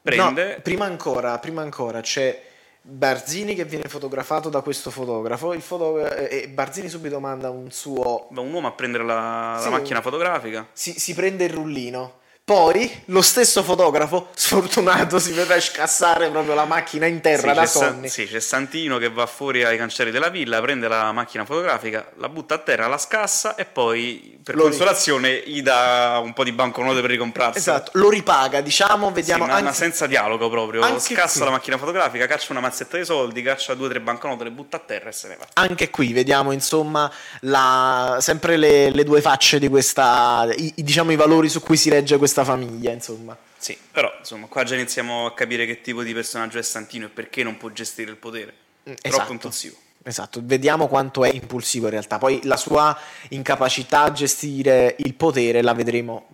prende... No, prima ancora, prima ancora c'è Barzini che viene fotografato da questo fotografo. Il fotogra- e Barzini subito manda un suo. Va un uomo a prendere la, la Sì. macchina fotografica. Si, si prende il rullino. Poi lo stesso fotografo, sfortunato, si vedrà scassare proprio la macchina in terra Sì, da c'è San- Sonny. sì, c'è Santino che va fuori ai cancelli della villa, prende la macchina fotografica, la butta a terra, la scassa e poi per Lo- consolazione gli dà un po' di banconote per ricomprarsi. Esatto, lo ripaga, diciamo, Sì, vediamo. ma, ma anzi- senza dialogo proprio. anche Scassa qui. la macchina fotografica, caccia una mazzetta di soldi, caccia due o tre banconote, le butta a terra e se ne va. anche qui vediamo insomma la- sempre le, le due facce di questa, i- i- diciamo i valori su cui si regge questa famiglia insomma. Sì, però insomma, qua già iniziamo a capire che tipo di personaggio è Santino e perché non può gestire il potere. Troppo esatto. impulsivo. Esatto, vediamo quanto è impulsivo in realtà, poi la sua incapacità a gestire il potere la vedremo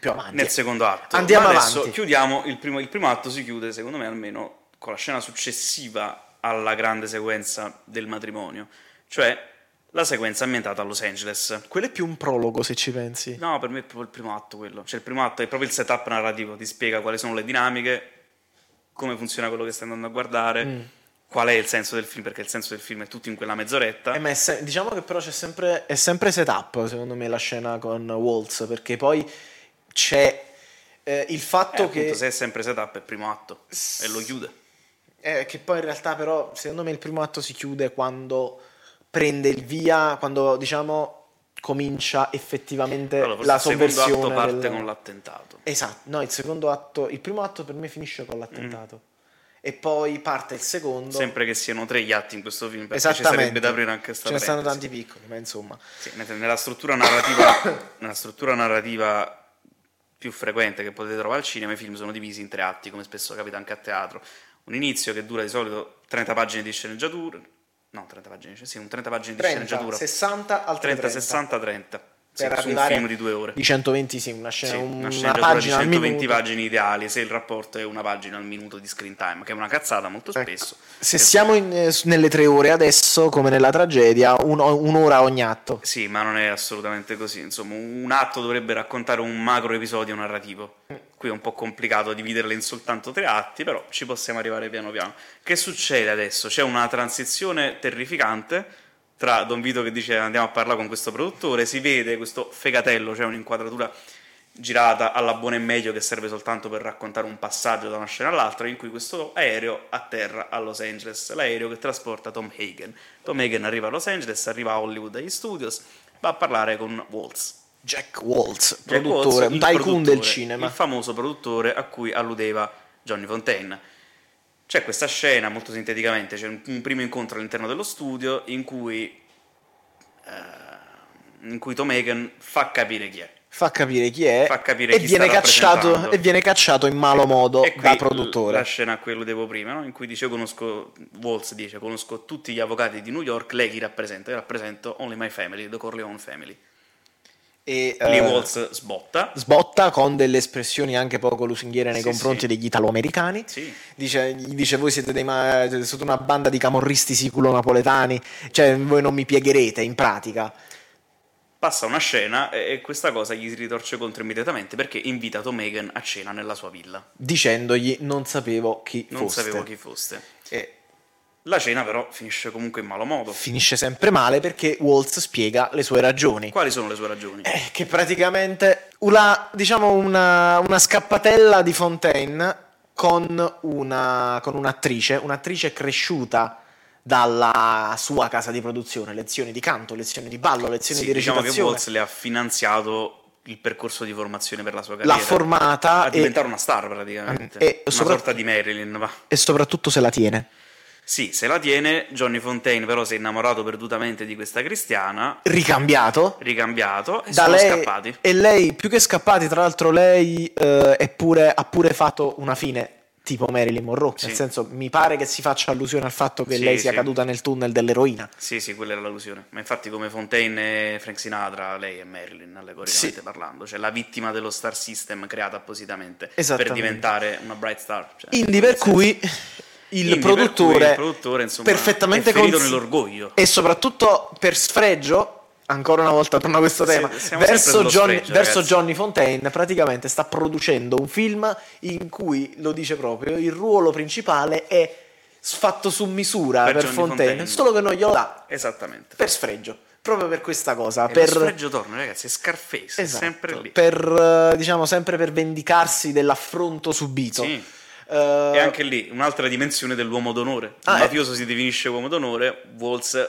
più avanti. Nel secondo atto. Andiamo Ma adesso avanti. chiudiamo il primo, il primo atto si chiude, secondo me almeno, con la scena successiva alla grande sequenza del matrimonio, cioè la sequenza ambientata a Los Angeles. Quello è più un prologo se ci pensi. No, per me è proprio il primo atto quello. Cioè, il primo atto è proprio il setup narrativo, ti spiega quali sono le dinamiche, come funziona quello che stai andando a guardare, Mm. qual è il senso del film, perché il senso del film è tutto in quella mezz'oretta. Eh, ma è se- diciamo che però c'è sempre, è sempre setup secondo me la scena con Waltz perché poi c'è eh, il Eh, fatto appunto, che... se è sempre setup è il primo atto e lo chiude. Eh, che poi in realtà però secondo me il primo atto si chiude quando prende il via, quando diciamo comincia effettivamente Allora, forse la il secondo sovversione. atto parte del- con l'attentato. Esatto, no, il secondo atto, il primo atto per me finisce con l'attentato e poi parte il secondo. Mm. Sempre che siano tre gli atti in questo film, perché ci Esattamente. sarebbe da aprire anche sta Ce ne stanno parentesi. tanti piccoli, ma insomma. Sì, mentre nella struttura narrativa, [coughs] nella struttura narrativa più frequente che potete trovare al cinema, i film sono divisi in tre atti, come spesso capita anche a teatro. Un inizio che dura di solito 30 pagine di sceneggiatura, no, 30 pagine, cioè sì, un 30 pagine di 30, sceneggiatura, 60 al 30, 60, 30. Sì, Per su un arrivare- film di due ore. di 120 sì, una scena, Sì, un- una una sceneggiatura di pagina al 120 minuto. pagine ideali, se il rapporto è una pagina al minuto di screen time, che è una cazzata molto Ecco. spesso. Se Eh, siamo in- eh, s- nelle tre ore adesso, come nella tragedia, un- un'ora ogni atto. Sì, ma non è assolutamente così. Insomma, un atto dovrebbe raccontare un macro episodio narrativo. Qui è un po' complicato dividerle in soltanto tre atti, però ci possiamo arrivare piano piano. Che succede adesso? C'è una transizione terrificante tra Don Vito che dice andiamo a parlare con questo produttore, si vede questo fegatello, cioè un'inquadratura girata alla buona e meglio che serve soltanto per raccontare un passaggio da una scena all'altra in cui questo aereo atterra a Los Angeles, l'aereo che trasporta Tom Hagen. Tom Hagen arriva a Los Angeles, arriva a Hollywood agli studios, va a parlare con Waltz, Jack Waltz, Jack produttore, Waltz, un il tycoon del produttore, cinema. il famoso produttore a cui alludeva Johnny Fontaine. C'è questa scena, molto sinteticamente, c'è un, un primo incontro all'interno dello studio in cui, eh, in cui Tom Hagen fa capire chi è. Fa capire chi è Fa capire e, chi viene sta cacciato, rappresentando. e viene cacciato in malo modo E qui Oh, da La produttore. scena a cui alludevo prima, no? in cui dice: conosco, Waltz dice, conosco tutti gli avvocati di New York, lei chi rappresenta? Io rappresento Only My Family, The Corleone Family. E, Lì eh, Waltz sbotta. sbotta con delle espressioni anche poco lusinghiere nei Sì, confronti sì. degli italoamericani. Sì. Dice, gli dice voi siete, dei ma- siete sotto una banda di camorristi siculo-napoletani, cioè voi non mi piegherete in pratica. Passa una scena e e questa cosa gli si ritorce contro immediatamente perché invita Tom Hagen a cena nella sua villa. dicendogli non sapevo chi Non foste. sapevo chi foste. E La cena però finisce comunque in malo modo. finisce sempre male perché Waltz spiega le sue ragioni. Quali sono le sue ragioni? Eh, Che praticamente una, diciamo una, una scappatella di Fontaine con, una, con un'attrice, un'attrice cresciuta dalla sua casa di produzione, lezioni di canto, lezioni di ballo, lezioni Sì, di diciamo recitazione. che Waltz le ha finanziato il percorso di formazione per la sua l'ha carriera. formata a e, diventare una star praticamente. e una sopra- sorta di Marilyn, va. e soprattutto se la tiene. Sì, se la tiene, Johnny Fontaine però si è innamorato perdutamente di questa cristiana, Ricambiato, ricambiato, e da sono lei- scappati. E lei, più che scappati, tra l'altro, lei eh, è pure- ha pure fatto una fine tipo Marilyn Monroe. Sì. Nel senso, mi pare che si faccia allusione al fatto che Sì, lei sia sì. caduta nel tunnel dell'eroina. Sì, sì, quella era l'allusione. Ma infatti, come Fontaine e Frank Sinatra, lei è Marilyn, allegoricamente Sì. parlando, cioè la vittima dello star system creata appositamente per Esattamente. diventare una bright star. Cioè, Quindi per cui il Quindi per cui produttore, il produttore, insomma, perfettamente è ferito cons- nell'orgoglio. e soprattutto per sfregio ancora una volta torno a questo Sì, tema siamo sempre verso, sullo Johnny, sfregio, verso ragazzi. Johnny Fontaine praticamente sta producendo un film in cui lo dice proprio il ruolo principale è fatto su misura Per per, Johnny Fontaine, Fontaine. solo che non glielo dà Esattamente. per sfregio proprio per questa cosa E per lo sfregio torna, ragazzi, è Scarface, è Esatto, sempre lì. per, eh, diciamo sempre per vendicarsi dell'affronto subito Sì. Eh, E anche lì un'altra dimensione dell'uomo d'onore. Ah, il eh. mafioso si definisce uomo d'onore, Waltz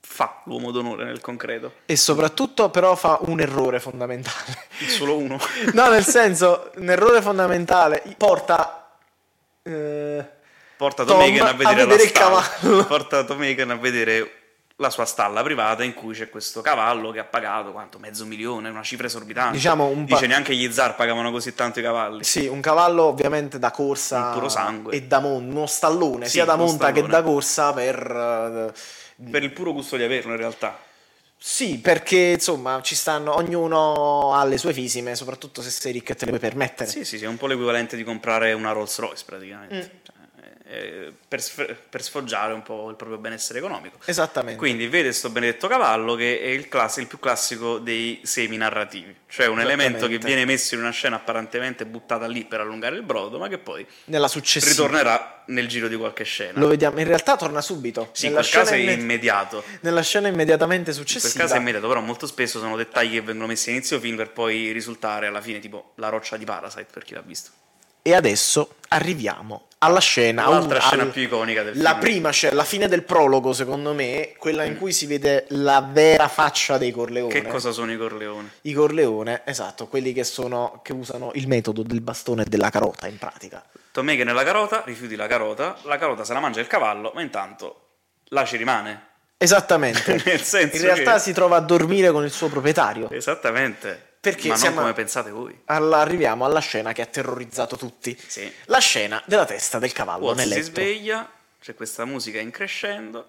fa l'uomo d'onore nel concreto. e soprattutto però fa un errore fondamentale [laughs] Solo uno. No, nel senso, un errore fondamentale porta eh, Porta Tom Tomegan a vedere, a vedere la il stalla. [laughs] cavallo. Porta Tomegan a vedere la sua stalla privata in cui c'è questo cavallo che ha pagato quanto? Mezzo milione, una cifra esorbitante. Diciamo un pa- Dice neanche gli zar pagavano così tanto i cavalli. sì, un cavallo ovviamente da corsa Un puro sangue. e da monta, uno stallone, Sì, sia da uno monta che stallone. da corsa per eh, Per il puro gusto di averlo in realtà. Sì, perché insomma, ci stanno ognuno ha le sue fisime, soprattutto se sei ricco e te le puoi permettere. Sì, sì, sì, è un po' l'equivalente di comprare una Rolls Royce praticamente. Mm. Cioè, eh, per, sf- per sfoggiare un po' il proprio benessere economico. Esattamente. Quindi vede sto benedetto cavallo che è il, class- il più classico dei semi narrativi, cioè un elemento che Esattamente. viene messo in una scena apparentemente buttata lì per allungare il brodo, ma che poi Nella successiva ritornerà nel giro di qualche scena. lo vediamo, in realtà torna subito. Sì, in nella, quel caso è imme- immediato. nella scena immediatamente In quel successiva. caso è immediato, però molto spesso sono dettagli che vengono messi a inizio film per poi risultare alla fine tipo la roccia di Parasite per chi l'ha visto. E adesso arriviamo alla scena. L'altra un- scena al- più iconica del La film. prima scena, la fine del prologo, secondo me, quella in cui si vede la vera faccia dei Corleone. Che cosa sono i Corleone? I Corleone, esatto, quelli che, sono, che usano il metodo del bastone e della carota in pratica. Tomei che nella carota, rifiuti la carota, la carota se la mangia il cavallo, ma intanto la ci rimane. Esattamente. [laughs] Nel senso in realtà che- si trova a dormire con il suo proprietario. Esattamente. Esatto. Perché ma siamo- non come pensate voi. Alla- arriviamo alla scena che ha terrorizzato tutti. Sì. La scena della testa del cavallo Waltz nel si letto. sveglia, c'è questa musica in crescendo.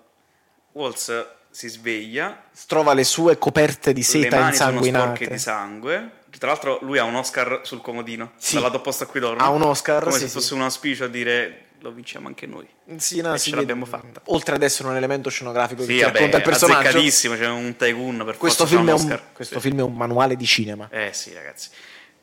Waltz si sveglia, Trova le sue coperte di le seta mani sono sporche insanguinate. di sangue. Tra l'altro lui ha un Oscar sul comodino, Sì. dal lato opposto a cui dorme. Ha un Oscar, Come sì, se sì. fosse un auspicio a dire lo vinciamo anche noi. Mm, Sì, no, E si ce vede- l'abbiamo fatta. Oltre ad essere un elemento scenografico che Sì, ti vabbè, racconta il personaggio, azzeccatissimo, c'è un tycoon per questo, forza c'ha film è, un, Oscar. questo Sì. film è un manuale di cinema. Eh sì, ragazzi.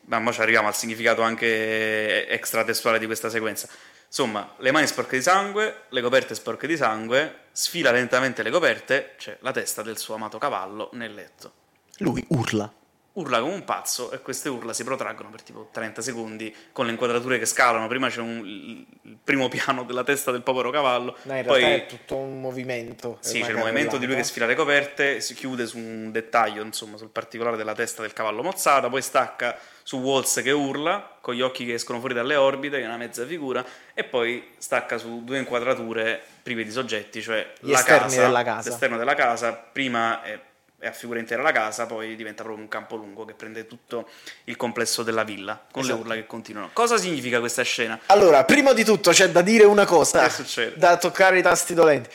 Ma mo ci arriviamo al significato anche extratestuale di questa sequenza. Insomma, le mani sporche di sangue, le coperte sporche di sangue, sfila lentamente le coperte, c'è la testa del suo amato cavallo nel letto. Lui urla. Urla come un pazzo e queste urla si protraggono per tipo 30 secondi con le inquadrature che scalano. Prima c'è un- il il primo piano della testa del povero cavallo, No, in poi realtà è tutto un movimento. è sì, una c'è il movimento di lui che carrellata. sfila le coperte, si chiude su un dettaglio, insomma, sul particolare della testa del cavallo mozzata, poi stacca su Waltz che urla, con gli occhi che escono fuori dalle orbite, che è una mezza figura, e poi stacca su due inquadrature prive di soggetti, cioè Gli la esterni casa, della casa. l'esterno della casa, prima è, è a figura intera la casa, poi diventa proprio un campo lungo che prende tutto il complesso della villa, con Esatto. le urla che continuano. Cosa significa questa scena? Allora, prima di tutto c'è da dire una cosa. Che succede? Da toccare i tasti dolenti.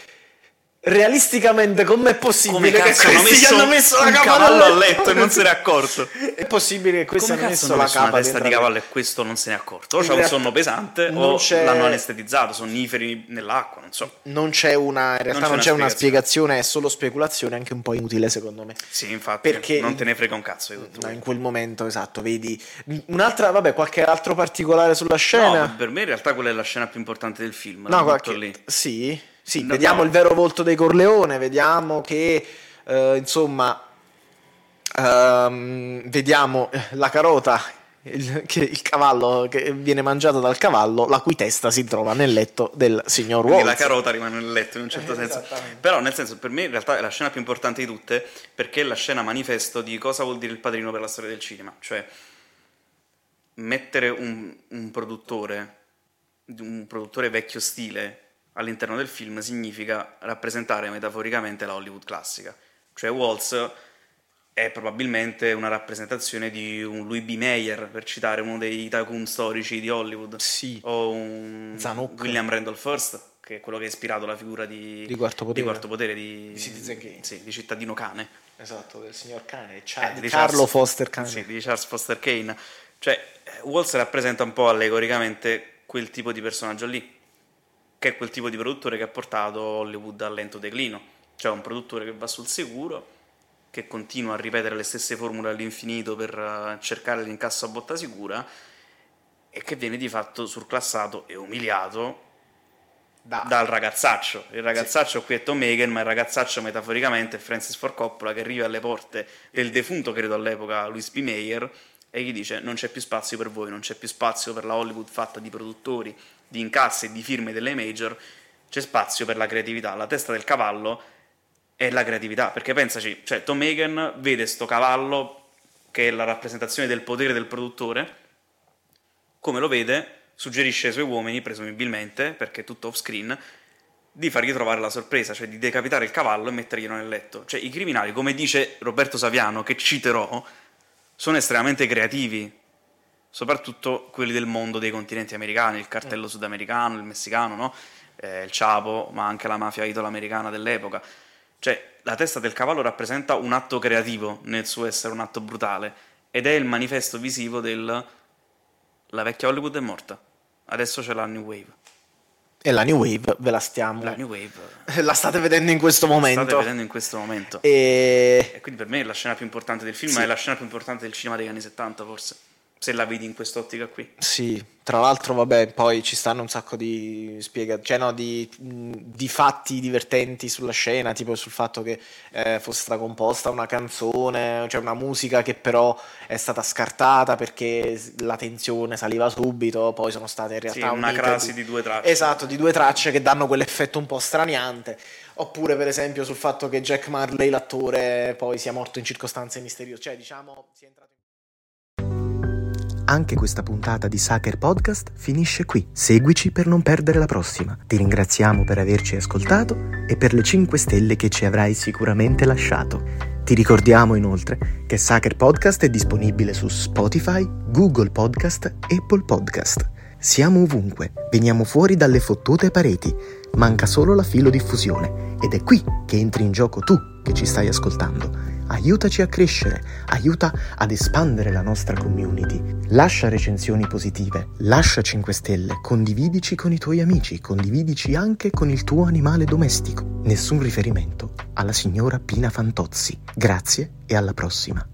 Realisticamente, com'è Come possibile che cazzo hanno questi gli messo, hanno messo la un capa cavallo nel a letto e non se n'è accorto? [laughs] È possibile che questi Come hanno cazzo messo hanno la messo una capa testa dentro di la- cavallo e questo non se ne è accorto? O In c'ha un realtà sonno pesante non o c'è- l'hanno anestetizzato, sonniferi nell'acqua, non so. Non c'è una, in realtà non c'è una, spiegazione, è solo speculazione, anche un po' inutile secondo me. Sì, infatti, Perché non te ne frega un cazzo di tutto. No, in quel momento, esatto, vedi un'altra, vabbè, qualche altro particolare sulla scena. No, per me in realtà quella è la scena più importante del film. No, la butto qualche... lì. Sì, sì No, vediamo no. il vero volto dei Corleone, vediamo che, eh, insomma, ehm, vediamo la carota, il, che il cavallo che viene mangiato dal cavallo, la cui testa si trova nel letto del signor Quindi Waltz. la carota rimane nel letto in un certo Eh, senso. esattamente. Però, nel senso, per me in realtà è la scena più importante di tutte perché è la scena manifesto di cosa vuol dire il padrino per la storia del cinema. Cioè, mettere un, un produttore, un produttore vecchio stile all'interno del film significa rappresentare metaforicamente la Hollywood classica. Cioè, Waltz è probabilmente una rappresentazione di un Louis B. Mayer, per citare uno dei tycoon storici di Hollywood, Sì. o un Zanuck. William Randolph Hearst, che è quello che ha ispirato la figura di, Di Quarto Potere. di, Quarto Potere, di- Di Citizen Kane. sì, di cittadino cane. Esatto, del signor Cane, Eh, di Carlo di Charles- Foster Cane. Sì, di Charles Foster Kane. Cioè, eh, Walls rappresenta un po' allegoricamente quel tipo di personaggio lì, che è quel tipo di produttore che ha portato Hollywood al lento declino. Cioè, un produttore che va sul sicuro, che continua a ripetere le stesse formule all'infinito per eh, cercare l'incasso a botta sicura e che viene di fatto surclassato e umiliato Da- dal ragazzaccio. Il ragazzaccio qui è Tom Hagen, ma il ragazzaccio metaforicamente è Francis Ford Coppola che arriva alle porte del defunto, credo all'epoca, Louis P. Mayer, e gli dice non c'è più spazio per voi, non c'è più spazio per la Hollywood fatta di produttori, di incassi e di firme delle major, c'è spazio per la creatività. La testa del cavallo è la creatività, perché pensaci, cioè Tom Hagen vede sto cavallo che è la rappresentazione del potere del produttore, come lo vede, suggerisce ai suoi uomini, presumibilmente, perché è tutto off screen, di fargli trovare la sorpresa, cioè di decapitare il cavallo e metterglielo nel letto. Cioè, i criminali, come dice Roberto Saviano, che citerò, sono estremamente creativi, soprattutto quelli del mondo dei continenti americani, il cartello sudamericano, il messicano, no? Eh, il Chapo, ma anche la mafia italo-americana dell'epoca. Cioè, la testa del cavallo rappresenta un atto creativo nel suo essere un atto brutale ed è il manifesto visivo del la vecchia Hollywood è morta. Adesso c'è la New Wave. E la New Wave ve la stiamo... La New Wave La state vedendo in questo Eh. momento. state vedendo in questo momento. E... E... quindi per me è la scena più importante del film, Sì. ma è la scena più importante del cinema degli anni 70 forse, se la vedi in quest'ottica qui. Sì, tra l'altro, vabbè, poi ci stanno un sacco di spiega- cioè, no, di, mh, di fatti divertenti sulla scena, tipo sul fatto che eh, fosse stata composta una canzone, cioè una musica che però è stata scartata perché s- la tensione saliva subito, poi sono state in Sì, realtà una unite crasi due- di due tracce. Esatto, di due tracce che danno quell'effetto un po' straniante. Oppure, per esempio, sul fatto che Jack Marley, l'attore, poi sia morto in circostanze misteriose. Cioè, diciamo, si è entrato in... Anche questa puntata di Sacher Podcast finisce qui. Seguici per non perdere la prossima. Ti ringraziamo per averci ascoltato e per le 5 stelle che ci avrai sicuramente lasciato. Ti ricordiamo inoltre che Sacher Podcast è disponibile su Spotify, Google Podcast, Apple Podcast. Siamo ovunque, veniamo fuori dalle fottute pareti. Manca solo la filodiffusione ed è qui che entri in gioco tu che ci stai ascoltando. Aiutaci a crescere, aiuta ad espandere la nostra community. Lascia recensioni positive, lascia 5 stelle, condividici con i tuoi amici, condividici anche con il tuo animale domestico. Nessun riferimento alla signora Pina Fantozzi. Grazie e alla prossima.